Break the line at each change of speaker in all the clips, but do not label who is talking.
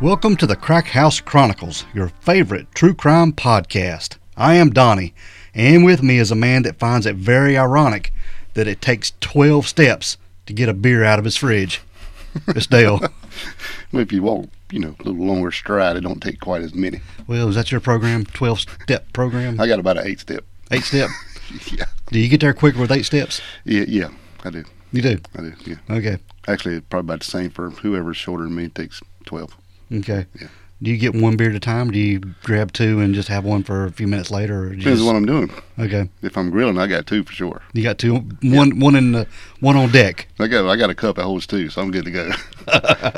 Welcome to the Crack House Chronicles, your favorite true crime podcast. I am Donnie, and with me is a man that finds it very ironic that it takes 12 steps to get a beer out of his fridge. It's Dale.
Well, if you walk, you know, a little longer stride, it don't take quite as many.
well, is that your program? 12 step program?
I got about an eight step.
Eight step?
Yeah,
Do you get there quicker with eight steps?
yeah, yeah. I do,
You do.
I do. Yeah,
Okay.
actually, it's probably about the same for whoever's shorter than me. It takes twelve.
Okay.
Yeah.
Do you get one beer at a time? Do you grab two and just have one for a few minutes later? Or do you
Depends
just-
on what I'm doing.
okay.
If I'm grilling, I got two for sure.
You got two, one, one in the, one on deck.
I got, I got a cup that holds two, so I'm good to go.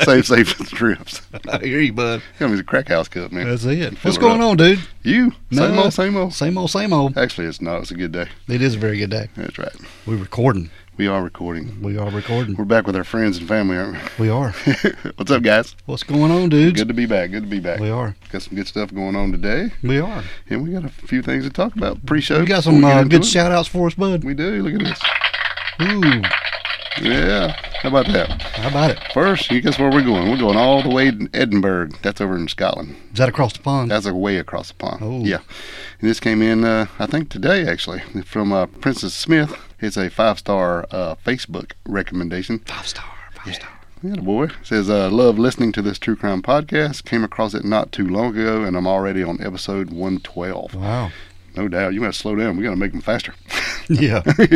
save, save for the trips.
I hear you, bud.
Got me the crack house cup, man.
That's it.
Fill
What's
her
going
up.
on, dude?
you, same
No.
old, same old.
Same old, same old.
Actually, it's not. It's a good day.
It is a very good day.
That's right.
We're recording.
We are recording.
We are recording.
We're back with our friends and family, aren't
We are.
we? What's up, guys?
What's going on, dudes?
Good to be back. Good to be back.
We are.
Got some good stuff going on today.
We are.
And we got a few things to talk about pre-show.
You got
Before
some
we get
uh,
into
good
it.
shout outs for us, bud.
We do. Look at this.
Ooh,
Yeah. How about that?
how about it?
First, you guess where we're going? We're going all the way to Edinburgh. That's over in Scotland.
Is that across the pond?
That's a way across the pond.
Oh.
Yeah. And this came in, uh, I think, today actually, from uh, Princess Smith. It's a five-star uh, Facebook recommendation.
Five star. Five star.
Yeah, boy. Says, uh, love listening to this true crime podcast. Came across it not too long ago, and I'm already on episode 112.
Wow.
No doubt. You got to slow down. We got to make them faster.
Yeah. gonna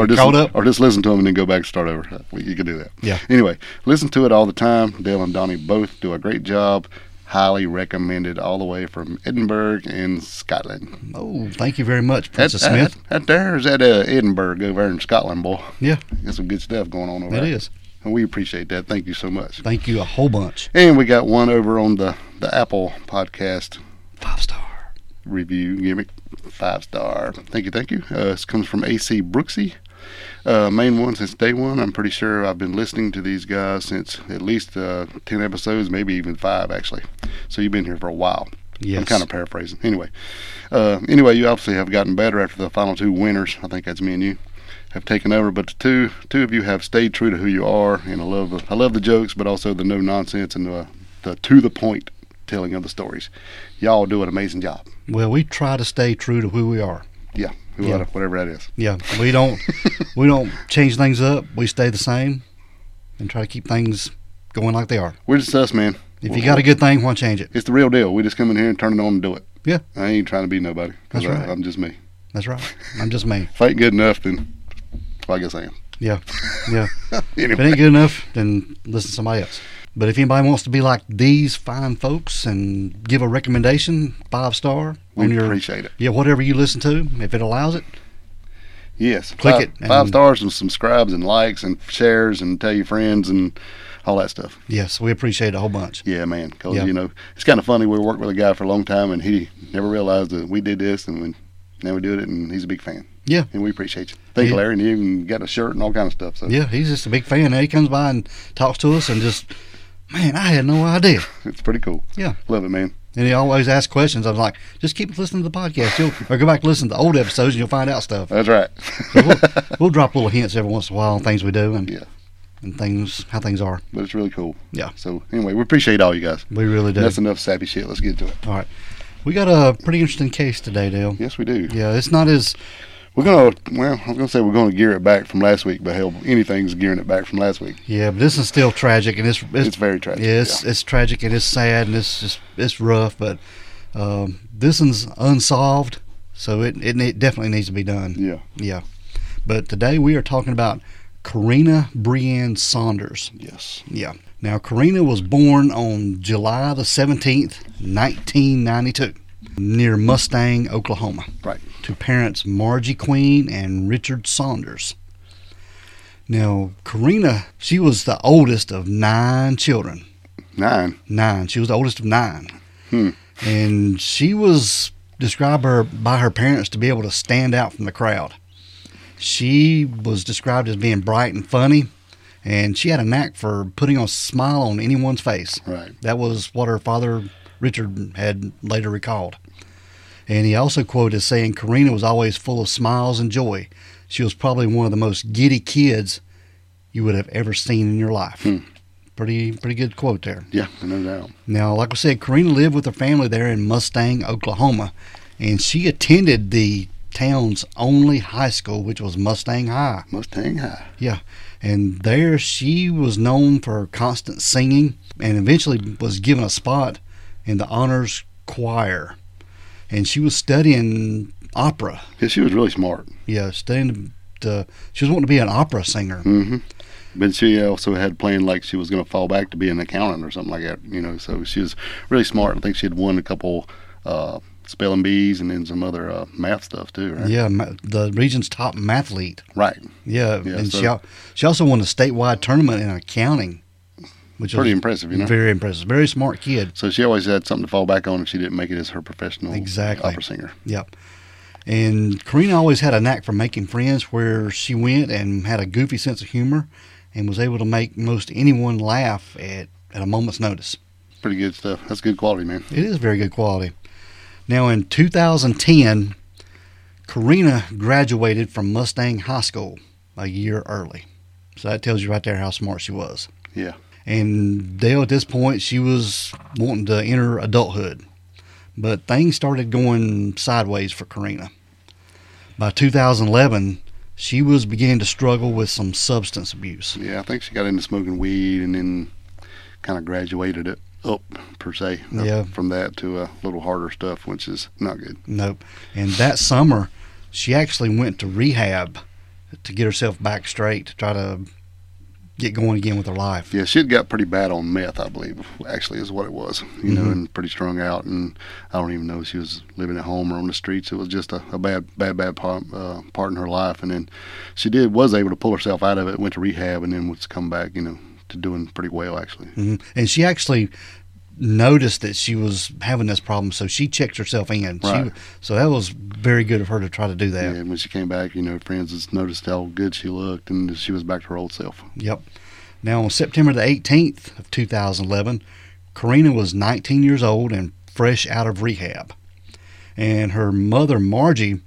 or
be
just
caught up?
or just listen to them and then go back and start over. Uh, well, You can do that.
Yeah.
Anyway, listen to it all the time. Dale and Donnie both do a great job. Highly recommended all the way from Edinburgh in Scotland.
Oh, thank you very much,
That-
Princess
that-
Smith.
That there's at uh, Edinburgh over in Scotland, boy.
Yeah,
Got some good stuff going on over
it
there.
is.
And we appreciate that. Thank you so much.
Thank you a whole bunch.
And we got one over on the the Apple podcast
Five star.
review gimmick five star thank you thank you uh, this comes from ac brooksy uh, main one since day one i'm pretty sure i've been listening to these guys since at least uh, 10 episodes maybe even five actually so you've been here for a while
Yes.
i'm kind of paraphrasing anyway uh, anyway you obviously have gotten better after the final two winners i think that's me and you have taken over but the two two of you have stayed true to who you are and i love the, i love the jokes but also the no nonsense and the, the to the point telling of the stories y'all do an amazing job
Well, we try to stay true to who we are.
yeah,
Yeah.
whoever- whatever that is.
Yeah, we don't we don't change things up. We stay the same and try to keep things going like they are.
We're just us, man.
If you got a good thing, why change it?
It's the real deal. We just come in here and turn it on and do it.
Yeah.
I ain't trying to be nobody. 'cause
That's
I-
right.
I'm just me.
That's right. I'm just me.
If I ain't good enough, then well, I guess I am.
Yeah, yeah. If it
anyway,
ain't good enough, then listen to somebody else. But if anybody wants to be like these fine folks and give a recommendation, five star on
we
your
appreciate it.
yeah whatever you listen to, if it allows it,
Yes.
Click
five,
it and-
Five stars and subscribes and likes and shares and tell your friends and all that stuff.
yes, we appreciate it a whole bunch.
Yeah, man. Because,
Yeah.
you know, it's kind of funny. We worked with a guy for a long time and he never realized that we did this and we, now we do it and he's a big fan.
Yeah.
And we appreciate you. Thank you,
Yeah.
Larry. And you even got a shirt and all kind of stuff. So
Yeah, he's just a big fan. He comes by and talks to us and just, man, I had no idea.
it's pretty cool.
Yeah.
Love it, man.
And he always asks questions. I'm like, just keep listening to the podcast. You'll, or go back and listen to the old episodes and you'll find out stuff.
That's right.
So we'll, we'll drop little hints every once in a while on things we do and,
Yeah.
and things how things are.
but it's really cool.
Yeah.
So anyway, we appreciate all you guys.
We really do.
That's enough sappy shit. Let's get to it.
All right. We got a pretty interesting case today, Dale.
Yes, we do.
Yeah, it's not as
We're gonna. Well, I was gonna say we're gonna gear it back from last week, but hell, anything's gearing it back from last week.
yeah, but this is still tragic and it's
It's,
it's,
very tragic.
yeah, it's, it's tragic and it's sad and it's just it's rough, but um, this one's unsolved, so it, it it definitely needs to be done.
Yeah.
Yeah. But today we are talking about Karina Brianne Saunders.
Yes.
Yeah. Now, Karina was born on July the 17th, 1992, near Mustang, Oklahoma.
Right.
To parents Margie Queen and Richard Saunders. Now, Karina, she was the oldest of nine children
Nine.
nine. She was the oldest of nine, and she was described her by her parents to be able to stand out from the crowd. She was described as being bright and funny, and she had a knack for putting a smile on anyone's face.
Right.
That was what her father Richard had later recalled. And he also quoted as saying Karina was always full of smiles and joy. She was probably one of the most giddy kids you would have ever seen in your life. Pretty pretty good quote there.
Yeah, no doubt.
Now, like we said, Karina lived with her family there in Mustang, Oklahoma, and she attended the town's only high school, which was Mustang High.
Mustang High.
And there she was known for her constant singing and eventually was given a spot in the honors choir. And she was studying opera.
Yeah, she was really smart.
Yeah, studying to, she was wanting to be an opera singer.
hmm But she also had planned like she was going to fall back to be an accountant or something like that, you know. So she was really smart. I think she had won a couple uh, spelling bees and then some other uh, math stuff too, right?
Yeah, ma- the region's top mathlete.
Right.
Yeah,
Yeah,
and
so-
she al- she also won a statewide tournament in accounting, which
Pretty
was
impressive, you know.
very impressive. Very smart kid.
So she always had something to fall back on if she didn't make it as her professional
Exactly.
opera singer.
Yep. And Karina always had a knack for making friends where she went and had a goofy sense of humor and was able to make most anyone laugh at, at a moment's notice.
Pretty good stuff. That's good quality, man.
It is very good quality. Now, in 2010, Karina graduated from Mustang High School a year early. So that tells you right there how smart she was.
Yeah.
And Dale, at this point, she was wanting to enter adulthood. But things started going sideways for Karina. By 2011, she was beginning to struggle with some substance abuse.
Yeah, I think she got into smoking weed and then kind of graduated it up per se. up
Yeah.
From that to a little harder stuff, which is not good.
Nope. And that summer, she actually went to rehab to get herself back straight to try to get going again with her life.
Yeah, she had got pretty bad on meth, I believe. Actually, is what it was. You know,
Mhm.
and pretty strung out, and I don't even know if she was living at home or on the streets. It was just a, a bad, bad, bad part, uh, part in her life. And then she did was able to pull herself out of it, went to rehab, and then was come back. You know, to doing pretty well actually.
Mhm. And she actually noticed that she was having this problem, so she checked herself in. She,
Right.
so that was very good of her to try to do that.
And when she came back, you know, friends just noticed how good she looked, and she was back to her old self.
Yep. Now, on September the 18th of 2011, Karina was 19 years old and fresh out of rehab. And her mother, Margie,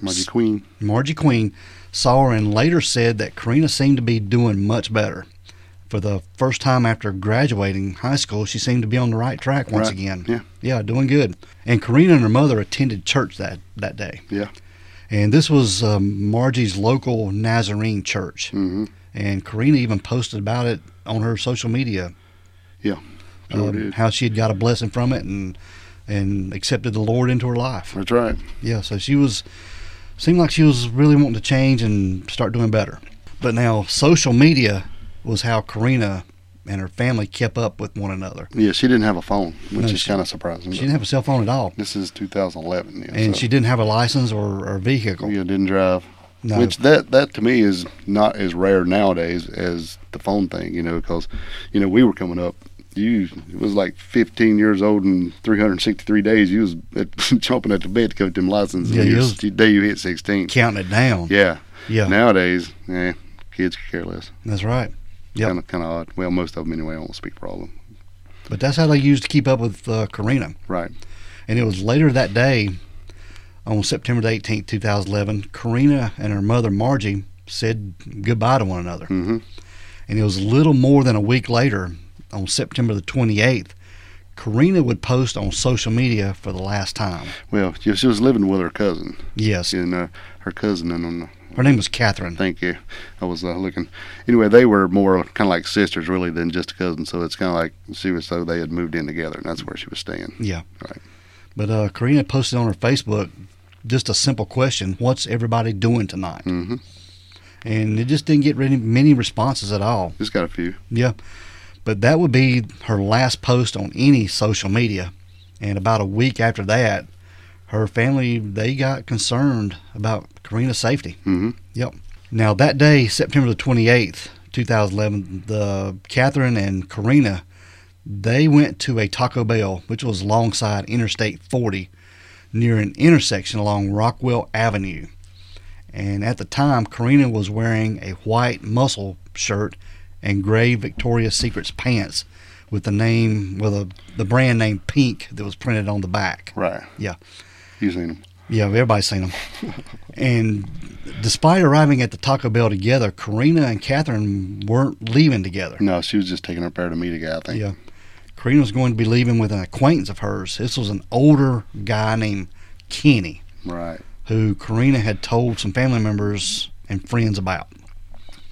Margie Queen.
Margie Queen, saw her and later said that Karina seemed to be doing much better. For the first time after graduating high school, she seemed to be on the right track once
Right.
again.
Yeah.
Yeah, doing good. And Karina and her mother attended church that, that day.
Yeah.
And this was um, Margie's local Nazarene church
hmm
and Karina even posted about it on her social media.
Yeah, sure
um,
did.
how she had got a blessing from it and and accepted the Lord into her life.
That's right.
Yeah, so she was seemed like she was really wanting to change and start doing better. But now social media was how Karina and her family kept up with one another.
Yeah, she didn't have a phone, which
No,
is
she-
kind of surprising.
She
but
didn't have a cell phone at all,
this is 2011. Yeah,
and
so-
she didn't have a license or, or vehicle.
yeah, didn't drive.
No,
Which that that to me is not as rare nowadays as the phone thing, you know, because you know we were coming up. You it was like 15 years old and 363 days. You was at, jumping at the bed to get them licenses.
Yeah,
and
you
you
was-
the day you hit 16.
counting it down.
Yeah.
Yeah,
Nowadays, eh, kids could care less.
that's right. Yep.
Kind of kind of odd. Well, most of them anyway. I won't speak for all of them.
But that's how they used to keep up with uh, Karina.
Right.
And it was later that day, on September the 18th, 2011, Karina and her mother, Margie, said goodbye to one another.
Mm-hmm.
And it was little more than a week later, on September the 28th, Karina would post on social media for the last time.
Well, she she was living with her cousin,
Yes.
and uh, her cousin and um,
Her name was Catherine.
Thank you. I was uh, looking. Anyway, they were more kind of like sisters, really, than just cousins. So it's kind of like she was. So they had moved in together, and that's where she was staying.
Yeah.
Right.
But uh, Karina posted on her Facebook just a simple question What's everybody doing tonight?
Mm-hmm.
And it just didn't get really many responses at all.
Just got a few.
Yeah. But that would be her last post on any social media. And about a week after that, her family they got concerned about Karina's safety.
Mm-hmm.
Now that day, September the 28th, 2011, the Catherine and Karina they went to a Taco Bell, which was alongside Interstate 40 near an intersection along Rockwell Avenue. And at the time, Karina was wearing a white muscle shirt and gray Victoria's Secrets pants with the name, with a, the brand name Pink that was printed on the back.
Right.
Yeah.
You seen them?
Yeah, everybody's seen them. and despite arriving at the Taco Bell together, Karina and Catherine weren't leaving together.
No, she was just taking up there to meet a guy. I think.
Yeah. Karina was going to be leaving with an acquaintance of hers. This was an older guy named Kenny,
Right.
who Karina had told some family members and friends about.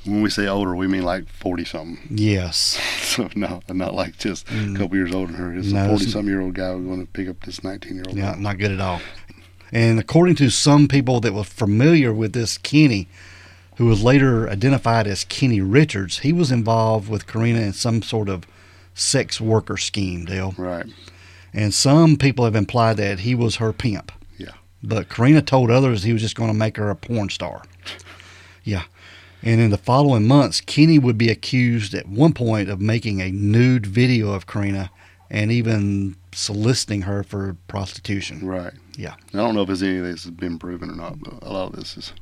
When we say older, we mean like forty something.
Yes.
So no, not like just a couple years older than her. It's
No,
a
it's-
forty something year old guy who's going to pick up this nineteen year old.
Yeah, not good at all. And according to some people that were familiar with this Kenny, who was later identified as Kenny Richards, he was involved with Karina in some sort of sex worker scheme deal.
Right.
And some people have implied that he was her pimp.
Yeah.
But Karina told others he was just going to make her a porn star. Yeah. And in the following months, Kenny would be accused at one point of making a nude video of Karina and even soliciting her for prostitution.
Right.
Yeah.
I don't know if there's any of this has been proven or not, but a lot of this is.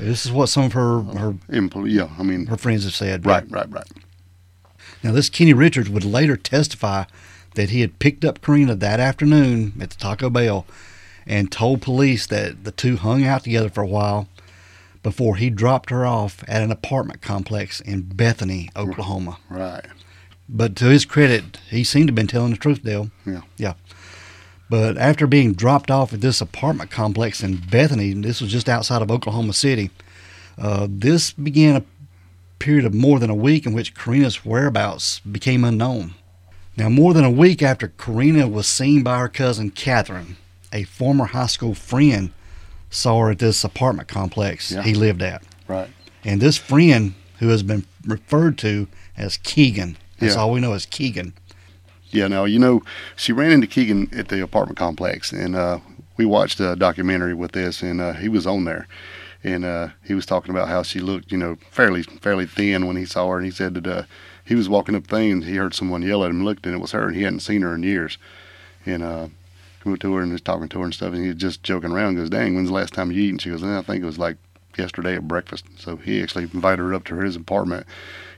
This is what some of her her,
Impl- yeah. I mean.
her friends have said.
Right. Right. Right.
Now, this Kenny Richards would later testify that he had picked up Karina that afternoon at the Taco Bell and told police that the two hung out together for a while before he dropped her off at an apartment complex in Bethany, Oklahoma.
Right.
But to his credit, he seemed to have been telling the truth, Dale.
Yeah.
Yeah. But after being dropped off at this apartment complex in Bethany, and this was just outside of Oklahoma City, uh, this began a period of more than a week in which Karina's whereabouts became unknown. Now, more than a week after Karina was seen by her cousin Catherine, a former high school friend saw her at this apartment complex
Yeah.
he lived at.
Right.
And this friend, who has been referred to as Keegan, that's
Yeah.
all we know is Keegan.
Yeah, now you know she ran into Keegan at the apartment complex, and uh, we watched a documentary with this, and uh, he was on there, and uh, he was talking about how she looked, you know, fairly fairly thin when he saw her, and he said that uh, he was walking up things, he heard someone yell at him, looked, and it was her, and he hadn't seen her in years, and uh, he went to her and was talking to her and stuff, and he was just joking around, goes, "Dang, when's the last time you eat?" And she goes, "Eh, "I think it was like yesterday at breakfast." So he actually invited her up to his apartment.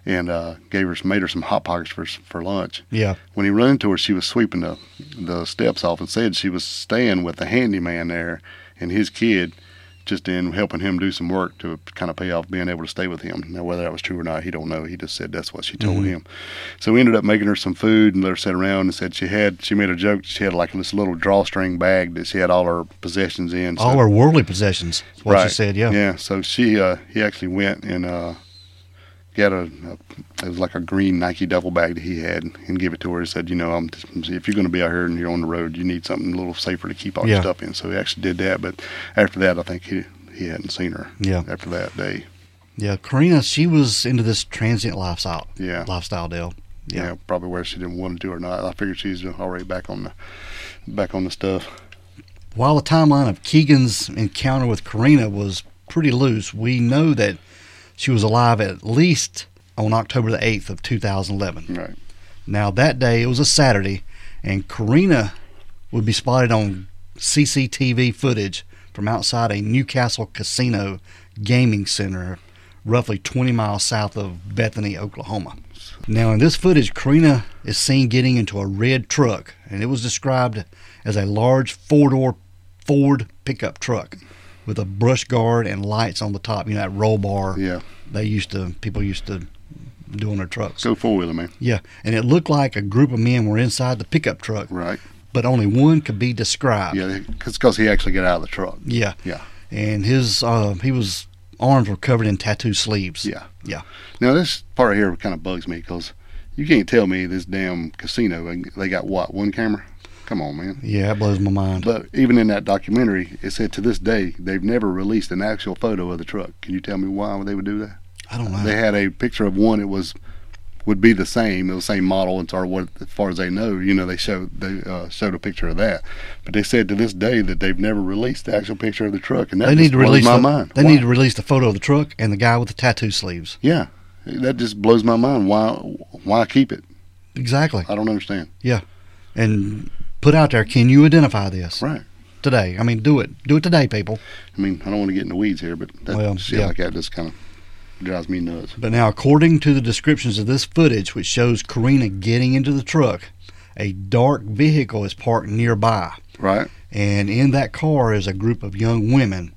And uh, gave her, made her some hot pockets for for lunch,
Yeah.
when he ran into her, she was sweeping the, the steps off and said she was staying with the handyman there and his kid, just in helping him do some work to kind of pay off being able to stay with him. Now, whether that was true or not, he don't know. He just said that's what she told him. So we ended up making her some food and let her sit around and said she had, she made a joke. She had like this little drawstring bag that she had all her possessions in. So-
All her worldly possessions, is what she said, yeah.
yeah. So she, uh, he actually went and uh, got a, a, it was like a green Nike duffel bag that he had, and gave it to her. He said, you know, I'm just, if you're going to be out here and you're on the road, you need something a little safer to keep all
Yeah.
your stuff in. So he actually did that. But after that, I think he he hadn't seen her.
Yeah.
After that day.
Yeah, Karina, she was into this transient lifestyle.
Yeah.
Lifestyle deal.
Yeah.
Yeah.
Probably whether she didn't want to do it or not. I figured she's already back on the back on the stuff.
While the timeline of Keegan's encounter with Karina was pretty loose, we know that she was alive at least on October the 8th of 2011.
Right.
Now, that day, it was a Saturday, and Karina would be spotted on CCTV footage from outside a Newcastle casino gaming center, roughly 20 miles south of Bethany, Oklahoma. Now, in this footage, Karina is seen getting into a red truck, and it was described as a large four door Ford pickup truck with a brush guard and lights on the top, you know, that roll bar
Yeah.
they used to, people used to do on their trucks.
Go four wheeler man.
Yeah, and it looked like a group of men were inside the pickup truck,
Right.
but only one could be described.
Yeah. Because he actually got out of the truck.
Yeah,
Yeah.
and his uh, he was arms were covered in tattoo sleeves.
Yeah.
yeah,
Now this part here kind of bugs me because you can't tell me this damn casino and they got what one camera? Come on, man.
yeah. That blows my mind.
But even in that documentary, it said to this day they've never released an actual photo of the truck. Can you tell me why they would do that?
I don't know.
They had a picture of one. It was would be the same, the same model, and or what as far as they know, you know, they showed they uh, showed a picture of that. But they said to this day that they've never released the actual picture of the truck, and that
They
just
need to
blows
release
my
the,
mind.
They
Why?
need to release the photo of the truck and the guy with the tattoo sleeves.
yeah, that just blows my mind. Why why keep it?
Exactly.
I don't understand.
And put out there, can you identify this
Right.
today? I mean, do it. Do it today, people.
I mean, I don't want to get in the weeds here, but that
Well,
shit
yeah.
like that just kind of drives me nuts.
But now, according to the descriptions of this footage, which shows Karina getting into the truck, a dark vehicle is parked nearby.
Right?
And in that car is a group of young women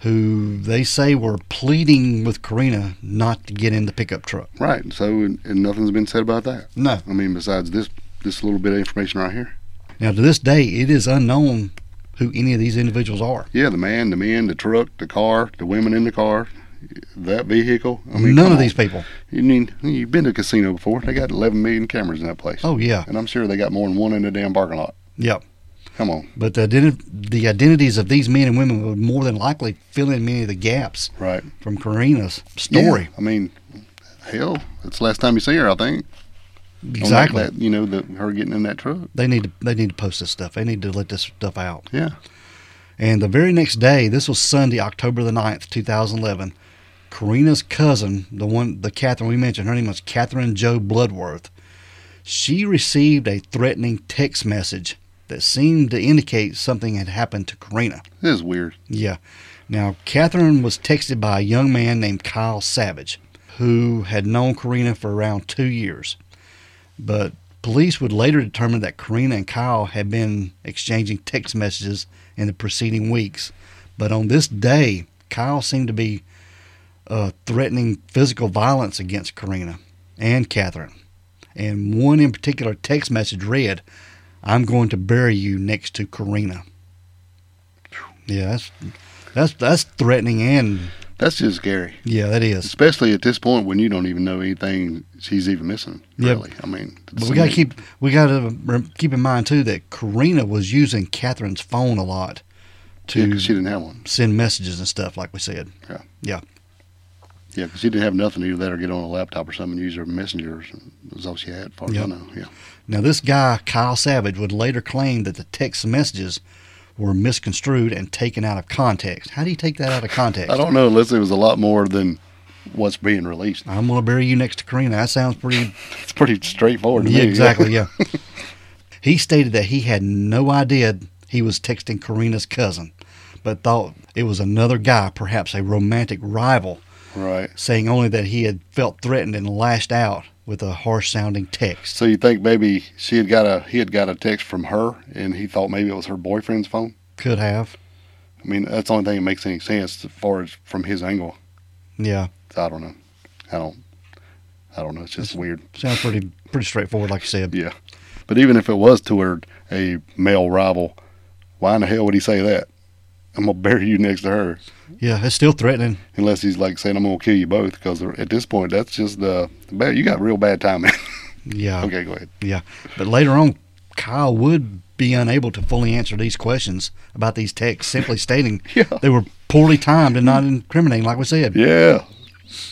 who they say were pleading with Karina not to get in the pickup truck.
Right. So, and, and nothing's been said about that.
No.
I mean, besides this this little bit of information right here.
Now, to this day, it is unknown who any of these individuals are.
Yeah, the man, the men, the truck, the car, the women in the car, that vehicle. I mean,
None of
come on.
these people.
You mean you've been to a casino before? They got 11 million cameras in that place,
Oh, yeah.
and I'm sure they got more than one in the damn parking lot.
Yep.
Come on.
But the, identi- the identities of these men and women would more than likely fill in many of the gaps
Right.
from Karina's story.
Yeah, I mean, hell, that's the last time you see her, I think. On that-
Exactly.
that, you know, the, her getting in that truck.
They need to they need to post this stuff. They need to let this stuff out.
Yeah.
And the very next day, this was Sunday, October the 9th, 2011, Karina's cousin, the one, the Catherine we mentioned, her name was Catherine Joe Bloodworth. She received a threatening text message that seemed to indicate something had happened to Karina.
This is weird.
Yeah. Now, Catherine was texted by a young man named Kyle Savage, who had known Karina for around two years. But police would later determine that Karina and Kyle had been exchanging text messages in the preceding weeks. But on this day, Kyle seemed to be uh, threatening physical violence against Karina and Catherine. And one in particular text message read, I'm going to bury you next to Karina. Yeah, that's that's that's threatening and
That's just scary,
yeah, that is.
especially at this point when you don't even know anything she's even missing.
Yeah.
Really. I mean,
But we gotta keep we gotta rem- keep in mind too that Karina was using Catherine's phone a lot
Yeah,
to
'cause she didn't have one.
send messages and stuff, like we said.
Yeah, 'cause she didn't have nothing. Either let her get on a laptop or something, use her messenger. Was all she had, as far as
Yeah.
I know. Yeah.
Now this guy Kyle Savage would later claim that the text messages were misconstrued and taken out of context. How do you take that out of context?
I don't know unless it was a lot more than what's being released.
I'm gonna bury you next to Karina. That sounds pretty
It's pretty straightforward to
Yeah,
me.
exactly. Yeah. he stated that he had no idea he was texting Karina's cousin, but thought it was another guy, perhaps a romantic rival,
Right.
saying only that he had felt threatened and lashed out with a harsh sounding text.
So you think maybe she had got a he had got a text from her and he thought maybe it was her boyfriend's phone?
Could have.
I mean, that's the only thing that makes any sense as far as from his angle.
Yeah.
I don't know. I don't I don't know, it's just weird.
Sounds pretty pretty straightforward, like you said.
Yeah. But even if it was toward a male rival, why in the hell would he say that? I'm gonna bury you next to her,
Yeah, it's still threatening.
unless he's like saying I'm gonna kill you both. Because at this point, that's just uh, bad. You got real bad timing.
Yeah.
okay, go ahead.
But later on, Kyle would be unable to fully answer these questions about these texts, simply stating
Yeah,
they were poorly timed and not incriminating, like we said.
yeah.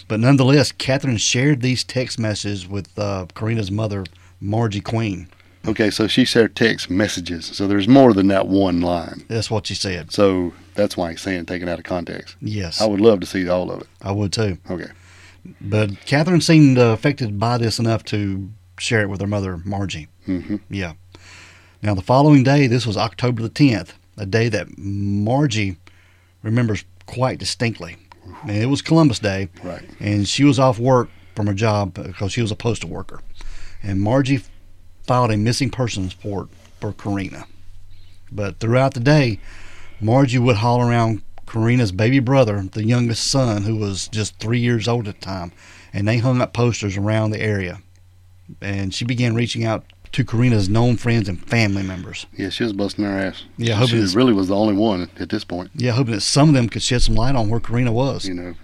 But nonetheless, Catherine shared these text messages with uh, Karina's mother, Margie Queen.
Okay, so she shared text messages. So there's more than that one line.
That's what she said.
So that's why he's saying taken out of context.
Yes, I
I would love to see all of it.
would too.
Okay.
But Catherine seemed uh, affected by this enough to share it with her mother, Margie.
hmm
Yeah. Now, the following day, this was October the 10th, a day that Margie remembers quite distinctly. And it was Columbus Day,
Right.
and she was off work from her job because she was a postal worker. And Margie filed a missing persons report for Karina. But throughout the day, Margie would haul around Karina's baby brother, the youngest son, who was just three years old at the time, and they hung up posters around the area. And she began reaching out to Karina's known friends and family members.
Yeah, she was busting her ass.
Yeah, hoping
she
it's-
really was the only one at this point.
Yeah, hoping that some of them could shed some light on where Karina was.
You know,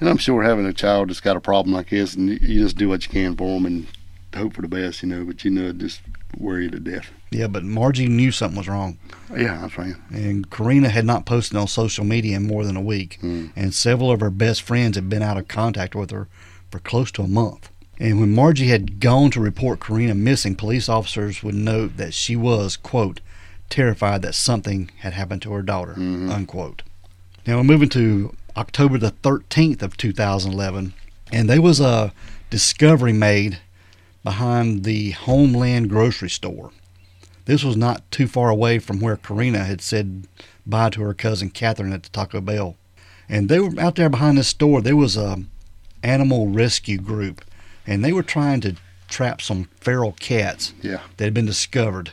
and I'm sure having a child that's got a problem like this, and you- you just do what you can for them and hope for the best. You know, but you know, just worry you to death.
Yeah, but Margie knew something was wrong.
Yeah, I'm saying.
and Karina had not posted on social media in more than a week,
Hmm.
and several of her best friends had been out of contact with her for close to a month. And when Margie had gone to report Karina missing, police officers would note that she was, quote, terrified that something had happened to her daughter,
Mhm.
unquote. Now we're moving to October the 13th of 2011, and there was a discovery made behind the Homeland grocery store. This was not too far away from where Karina had said bye to her cousin Catherine at the Taco Bell. And they were out there behind this store. There was a animal rescue group, and they were trying to trap some feral cats
Yeah.
that had been discovered.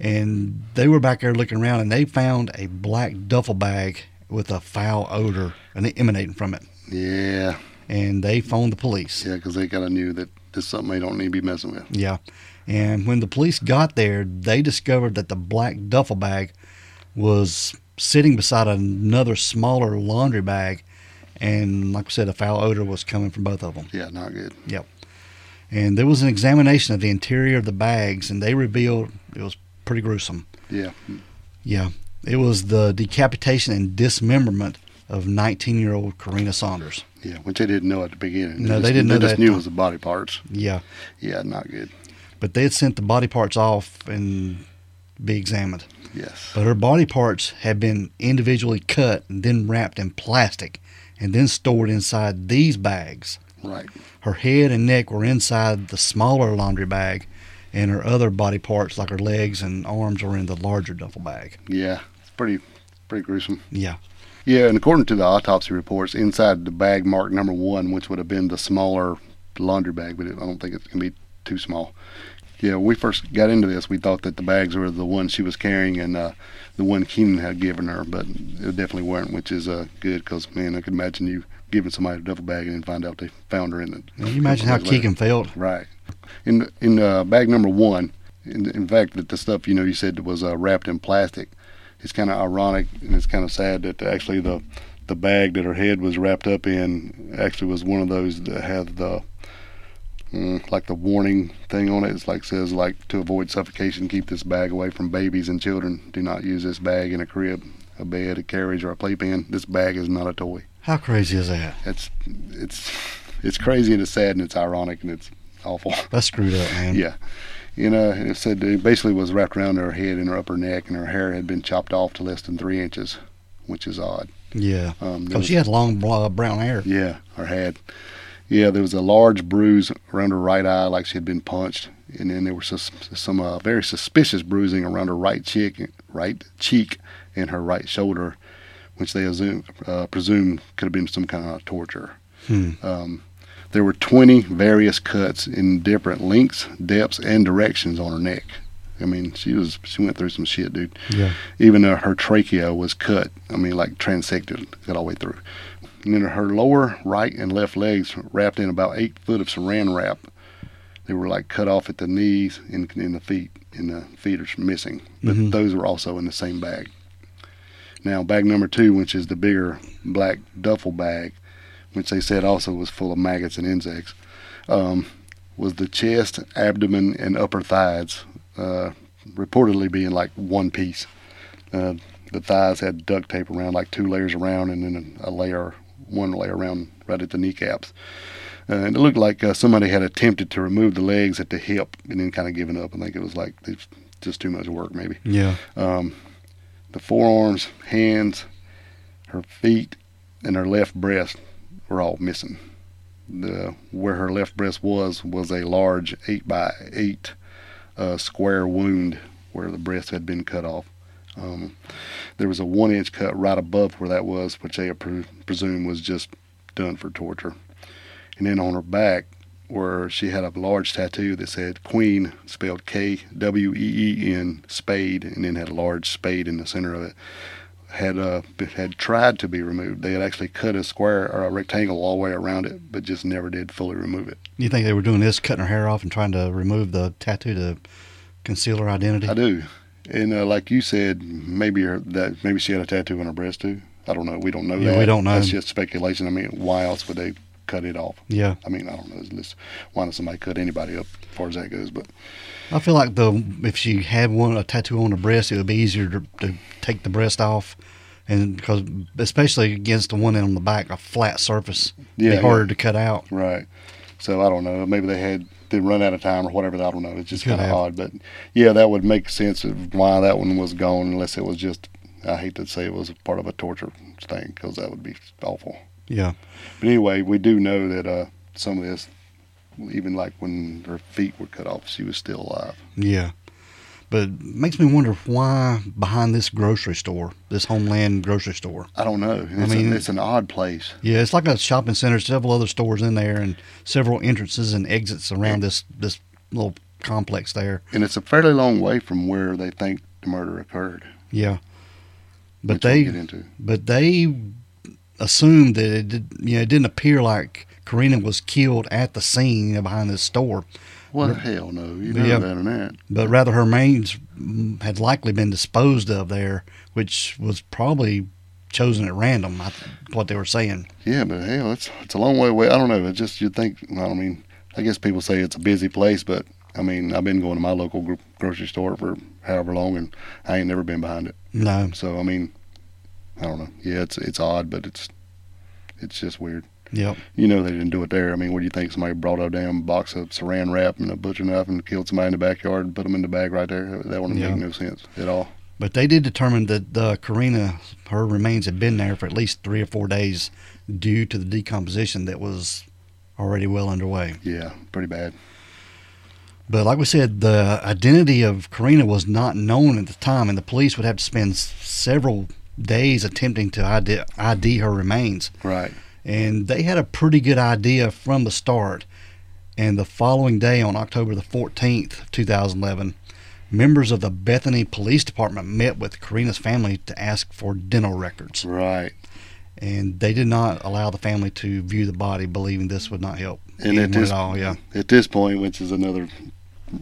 and they were back there looking around, and they found a black duffel bag with a foul odor and it emanating from it,
Yeah,
and they phoned the police.
yeah, because they kind of knew that this is something they don't need to be messing with.
Yeah. And when the police got there, they discovered that the black duffel bag was sitting beside another smaller laundry bag. And like I said, a foul odor was coming from both of them.
Yeah, not good.
Yep. And there was an examination of the interior of the bags, and they revealed it was pretty gruesome.
Yeah,
Yeah. It was the decapitation and dismemberment of 19 year old Karina Saunders.
yeah, which they didn't know at the beginning.
No,
just,
they didn't know
They just
that.
knew it was the body parts.
Yeah.
Yeah, not good.
But they had sent the body parts off and be examined.
Yes.
But her body parts had been individually cut and then wrapped in plastic and then stored inside these bags.
Right.
Her head and neck were inside the smaller laundry bag, and her other body parts, like her legs and arms, were in the larger duffel bag.
Yeah, it's pretty, pretty gruesome.
Yeah.
Yeah, and according to the autopsy reports, inside the bag marked number one, which would have been the smaller laundry bag, but it, I don't think it's going to be too small. Yeah, when we first got into this, we thought that the bags were the one she was carrying and uh, the one Keenan had given her, but it definitely weren't, which is uh, good because, man, I could imagine you giving somebody a duffel bag and then find out they found her in it.
Can you imagine how Keegan felt?
Right. In in uh, bag number one, in, in fact, that the stuff you know you said was uh, wrapped in plastic. It's kind of ironic and it's kind of sad that actually the the bag that her head was wrapped up in actually was one of those that had the mm, like the warning thing on it. It's like says like to avoid suffocation, keep this bag away from babies and children. Do not use this bag in a crib, a bed, a carriage, or a playpen. This bag is not a toy.
How crazy is that?
It's it's it's crazy and it's sad and it's ironic and it's awful.
That's screwed up, man.
Yeah. You know, it said it basically was wrapped around her head and her upper neck, and her hair had been chopped off to less than three inches, which is odd.
Yeah.
Um, there
Because
was-
Oh, she had long bl- brown hair.
yeah, or had. Yeah, there was a large bruise around her right eye, like she had been punched, and then there was sus- some uh, very suspicious bruising around her right cheek, right cheek, and her right shoulder, which they assume, uh, presumed could have been some kind of torture.
Hmm.
Um, there were 20 various cuts in different lengths, depths, and directions on her neck. I mean, she was she went through some shit, dude
Yeah.
even uh, her trachea was cut. I mean, like transected it all the way through. And then her lower right and left legs wrapped in about eight foot of saran wrap. They were like cut off at the knees and in the feet, and the feet are missing. But
Mhm.
those were also in the same bag. Now, bag number two, which is the bigger black duffel bag, which they said also was full of maggots and insects, um, was the chest, abdomen, and upper thighs, uh, reportedly being like one piece. Uh, the thighs had duct tape around, like two layers around, and then a layer, one layer around right at the kneecaps. Uh, and it looked like uh, somebody had attempted to remove the legs at the hip and then kind of given up. I think it was like it's just too much work, maybe
Yeah.
um, the forearms, hands, her feet, and her left breast were all missing. The where her left breast was was a large eight by eight uh, square wound where the breast had been cut off. Um, there was a one inch cut right above where that was, which they pre- presume was just done for torture. And then on her back, where she had a large tattoo that said Queen, spelled K W E E N, spade, and then had a large spade in the center of it. Had uh, b- had tried to be removed. They had actually cut a square or a rectangle all the way around it, but just never did fully remove it.
You think they were doing this, cutting her hair off and trying to remove the tattoo to conceal her identity?
I do, and uh, like you said, maybe her, that maybe she had a tattoo on her breast too. I don't know. We don't know
Yeah,
that.
we don't know.
That's just speculation. I mean, why else would they cut it off?
Yeah.
I mean, I don't know. It's just, why does somebody cut anybody up as far as that goes? But
I feel like the if she had one a tattoo on her breast, it would be easier to, to take the breast off, and because especially against the one on the back, a flat surface,
Yeah,
be
yeah.
harder to cut out.
Right. So I don't know. Maybe they had they run out of time or whatever. I don't know. It's just
Could
kind of
have.
odd, but yeah, that would make sense of why that one was gone, unless it was just. I hate to say it was part of a torture thing because that would be awful.
Yeah,
But anyway, we do know that uh, some of this, even like when her feet were cut off, she was still alive.
yeah. But it makes me wonder why behind this grocery store, this homeland grocery store.
I don't know. It's, I
mean-
mean, it's an odd place.
Yeah, it's like a shopping center, several other stores in there, and several entrances and exits around this this little complex there.
And it's a fairly long way from where they think the murder occurred.
Yeah, but
which we'll
they
get into.
but they assumed that it did, you know it didn't appear like Karina was killed at the scene you know, behind this store,
Well, hell no, you know
Yeah.
better than that.
but rather her remains mm, had likely been disposed of there, which was probably chosen at random. I th- what they were saying.
Yeah, but hell, it's it's a long way away. I don't know. It's just you'd think. Well, I mean, I guess people say it's a busy place, but I mean, I've been going to my local gro- grocery store for however long, and I ain't never been behind it.
No,
So I mean, I don't know. Yeah, it's it's odd, but it's it's just weird.
yep,
You know they didn't do it there. I mean, what do you think? Somebody brought a damn box of Saran wrap and a butcher knife and killed somebody in the backyard and put them in the bag right there. That wouldn't
Yeah.
make no sense at all.
but they did determine that uh, Karina her remains had been there for at least three or four days due to the decomposition that was already well underway.
Yeah, pretty bad.
But like we said, the identity of Karina was not known at the time, and the police would have to spend s- several days attempting to ID, ID her remains.
Right.
And they had a pretty good idea from the start. And the following day, on October the 14th, 2011, members of the Bethany Police Department met with Karina's family to ask for dental records.
Right.
And they did not allow the family to view the body, believing this would not help
And
anyone
at this-
at all. Yeah.
at this point, which is another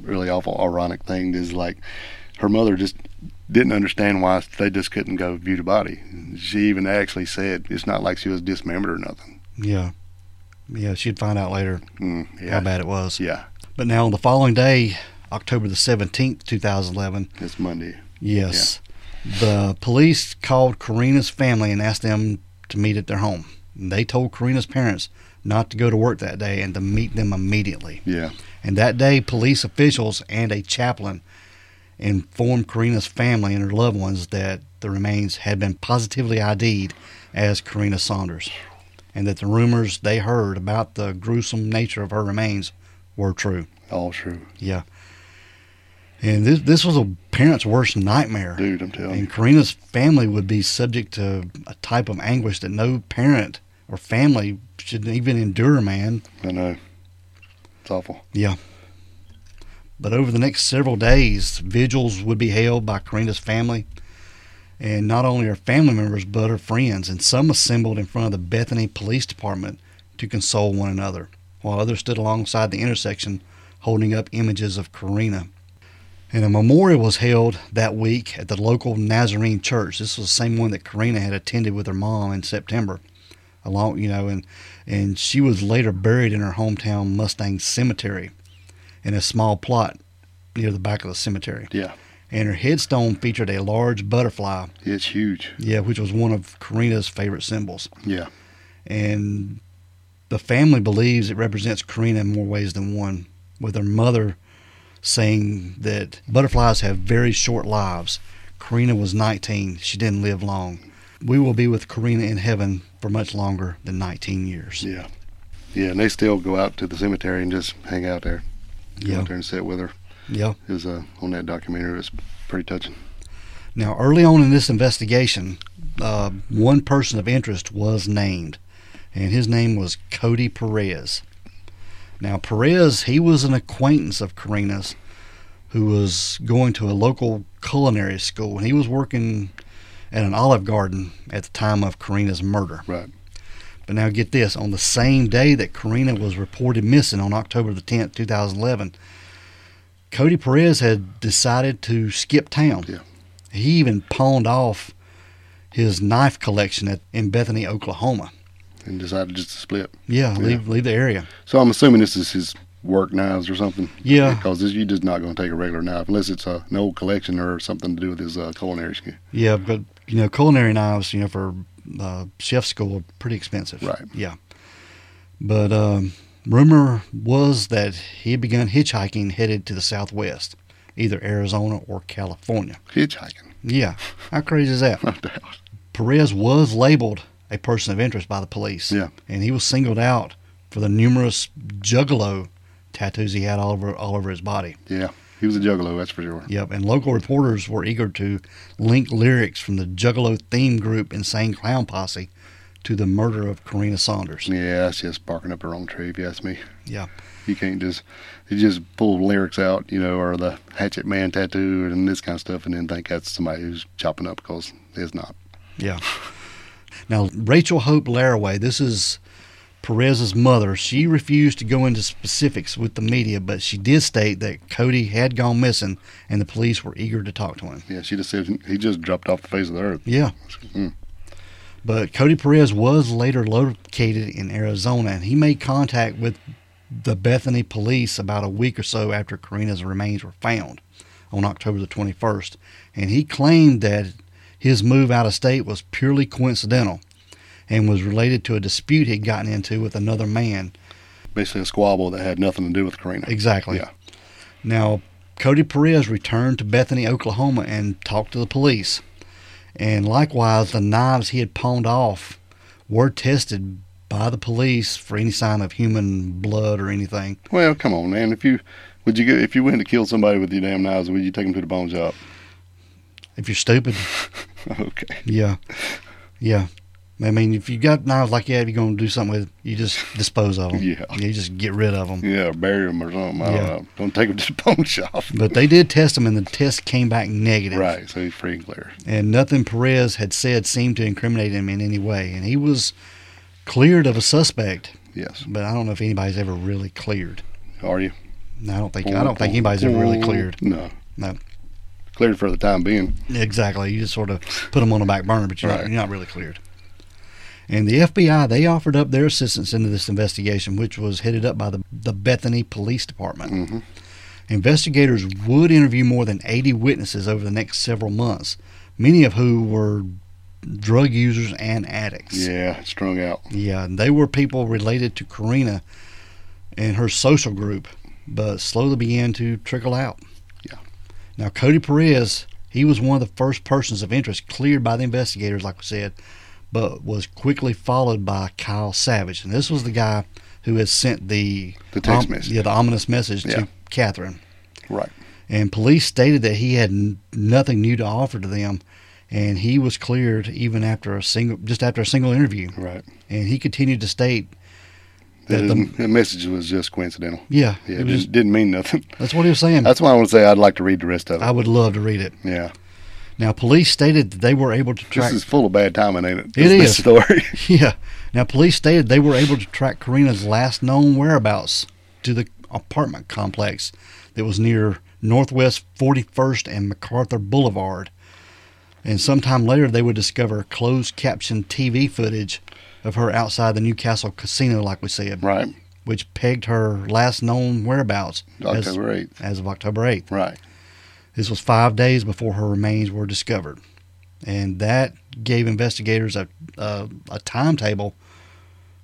really awful, ironic thing, is like her mother just didn't understand why they just couldn't go view the body. She even actually said it's not like she was dismembered or nothing.
Yeah. Yeah. She'd find out later
Mm,
how
yeah,
bad it was.
yeah,
But now on the following day, October the 17th, 2011,
it's Monday.
yes, the police called Karina's family and asked them to meet at their home. And They told Karina's parents not to go to work that day and to meet them immediately.
Yeah,
And that day, police officials and a chaplain informed Karina's family and her loved ones that the remains had been positively ID'd as Karina Saunders and that the rumors they heard about the gruesome nature of her remains were true.
all true,
Yeah. And this this was a parent's worst nightmare.
dude. I'm telling you.
And Karina's family would be subject to a type of anguish that no parent or family should even endure, man.
I know. It's awful.
But over the next several days, vigils would be held by Karina's family. And not only her family members, but her friends, and some assembled in front of the Bethany Police Department to console one another, while others stood alongside the intersection holding up images of Karina. And a memorial was held that week at the local Nazarene church. This was the same one that Karina had attended with her mom in September. Along, you know, and and she was later buried in her hometown Mustang Cemetery in a small plot near the back of the cemetery.
Yeah.
And her headstone featured a large butterfly,
It's huge.
yeah, which was one of Karina's favorite symbols.
Yeah.
And the family believes it represents Karina in more ways than one, with her mother saying that butterflies have very short lives. Karina was 19, she didn't live long. We will be with Karina in heaven for much longer than 19 years.
Yeah. Yeah. And they still go out to the cemetery and just hang out there. Go
Yeah.
out there and sit with her.
Yeah.
It was uh, on that documentary. It was pretty touching.
Now, early on in this investigation, uh, one person of interest was named, and his name was Cody Perez. Now, Perez, he was an acquaintance of Karina's who was going to a local culinary school, and he was working at an olive garden at the time of Karina's murder.
Right.
But now get this on the same day that Karina was reported missing on October the 10th, 2011, Cody Perez had decided to skip town.
Yeah.
He even pawned off his knife collection at, in Bethany, Oklahoma.
And decided just to split.
Yeah,
Yeah.
leave leave the area.
So I'm assuming this is his work knives or something.
Yeah,
Because this, you're just not going to take a regular knife unless it's a, an old collection or something to do with his uh, culinary skill.
yeah, but you know, culinary knives, you know, for uh, chef school are pretty expensive.
Right.
Yeah, but um, rumor was that he had begun hitchhiking, headed to the southwest, either Arizona or California.
Hitchhiking.
Yeah. How crazy is that?
No doubt.
Perez was labeled a person of interest by the police.
Yeah.
And he was singled out for the numerous juggalo tattoos he had all over all over his body.
Yeah. He was a juggalo, that's for sure.
Yep. And local reporters were eager to link lyrics from the juggalo theme group Insane Clown Posse to the murder of Karina Saunders.
Yeah, that's just barking up the wrong tree, if you ask me. You can't just you just pull lyrics out, you know, or the Hatchet Man tattoo and this kind of stuff, and then think that's somebody who's chopping up because it's not.
Yeah. Now, Rachel Hope Laraway, this is Perez's mother. She refused to go into specifics with the media, but she did state that Cody had gone missing and the police were eager to talk to him.
Yeah, she just said he just dropped off the face of the earth.
Yeah. But Cody Perez was later located in Arizona and he made contact with the Bethany police about a week or so after Karina's remains were found on October the 21st. And he claimed that his move out of state was purely coincidental and was related to a dispute he'd gotten into with another man.
Basically, a squabble that had nothing to do with Karina.
Exactly.
Yeah.
Now, Cody Perez returned to Bethany, Oklahoma, and talked to the police. And likewise, the knives he had pawned off were tested by the police for any sign of human blood or anything.
Well, come on, man. If you would you go, if you went to kill somebody with your damn knives, would you take them to the bone shop?
If you're stupid,
okay.
yeah, yeah. I mean, if you got knives like that, if you're going to do something with, it, you just dispose of them.
Yeah.
you just get rid of them.
Yeah, bury them or something. I
Yeah.
don't know. Don't take them to the bone shop.
But they did test them, and the test came back negative.
Right. So he's free and clear.
and nothing Perez had said seemed to incriminate him in any way. And he was cleared of a suspect,
Yes.
but I don't know if anybody's ever really cleared.
Are you?
No, I don't think I don't think anybody's ever really cleared.
No.
No,
Cleared for the time being.
exactly. You just sort of put them on the back burner, but you're, not,
Right.
you're not really cleared. And the FBI they offered up their assistance into this investigation, which was headed up by the the Bethany Police Department.
hmm
Investigators would interview more than 80 witnesses over the next several months, many of who were drug users and addicts.
Yeah, strung out.
Yeah, and they were people related to Karina and her social group, but slowly began to trickle out.
Yeah.
Now, Cody Perez, he was one of the first persons of interest cleared by the investigators, like we said, but was quickly followed by Kyle Savage. And this was the guy who had sent the
The text
om-
message.
Yeah, the ominous message
Yeah.
to Catherine.
Right.
And police stated that he had n- nothing new to offer to them, and he was cleared even after a single, just after a single interview.
Right.
And he continued to state
The,
That the-
the message was just coincidental.
Yeah,
Yeah,
it
it
was
didn't, didn't mean nothing.
that's what he was saying.
That's why I want to say I'd like to read the rest of it.
I would love to read it.
yeah.
Now, police stated that they were able to
This
track.
is full of bad timing, ain't it?
It
This- this
is.
story.
yeah. Now, police stated they were able to track Karina's last known whereabouts to the apartment complex that was near Northwest 41st and MacArthur Boulevard. And sometime later, they would discover closed caption TV footage of her outside the Newcastle casino, like we said,
right.
which pegged her last known whereabouts as-
October 8th.
as of October 8th.
Right.
This was five days before her remains were discovered, and that gave investigators a a, a timetable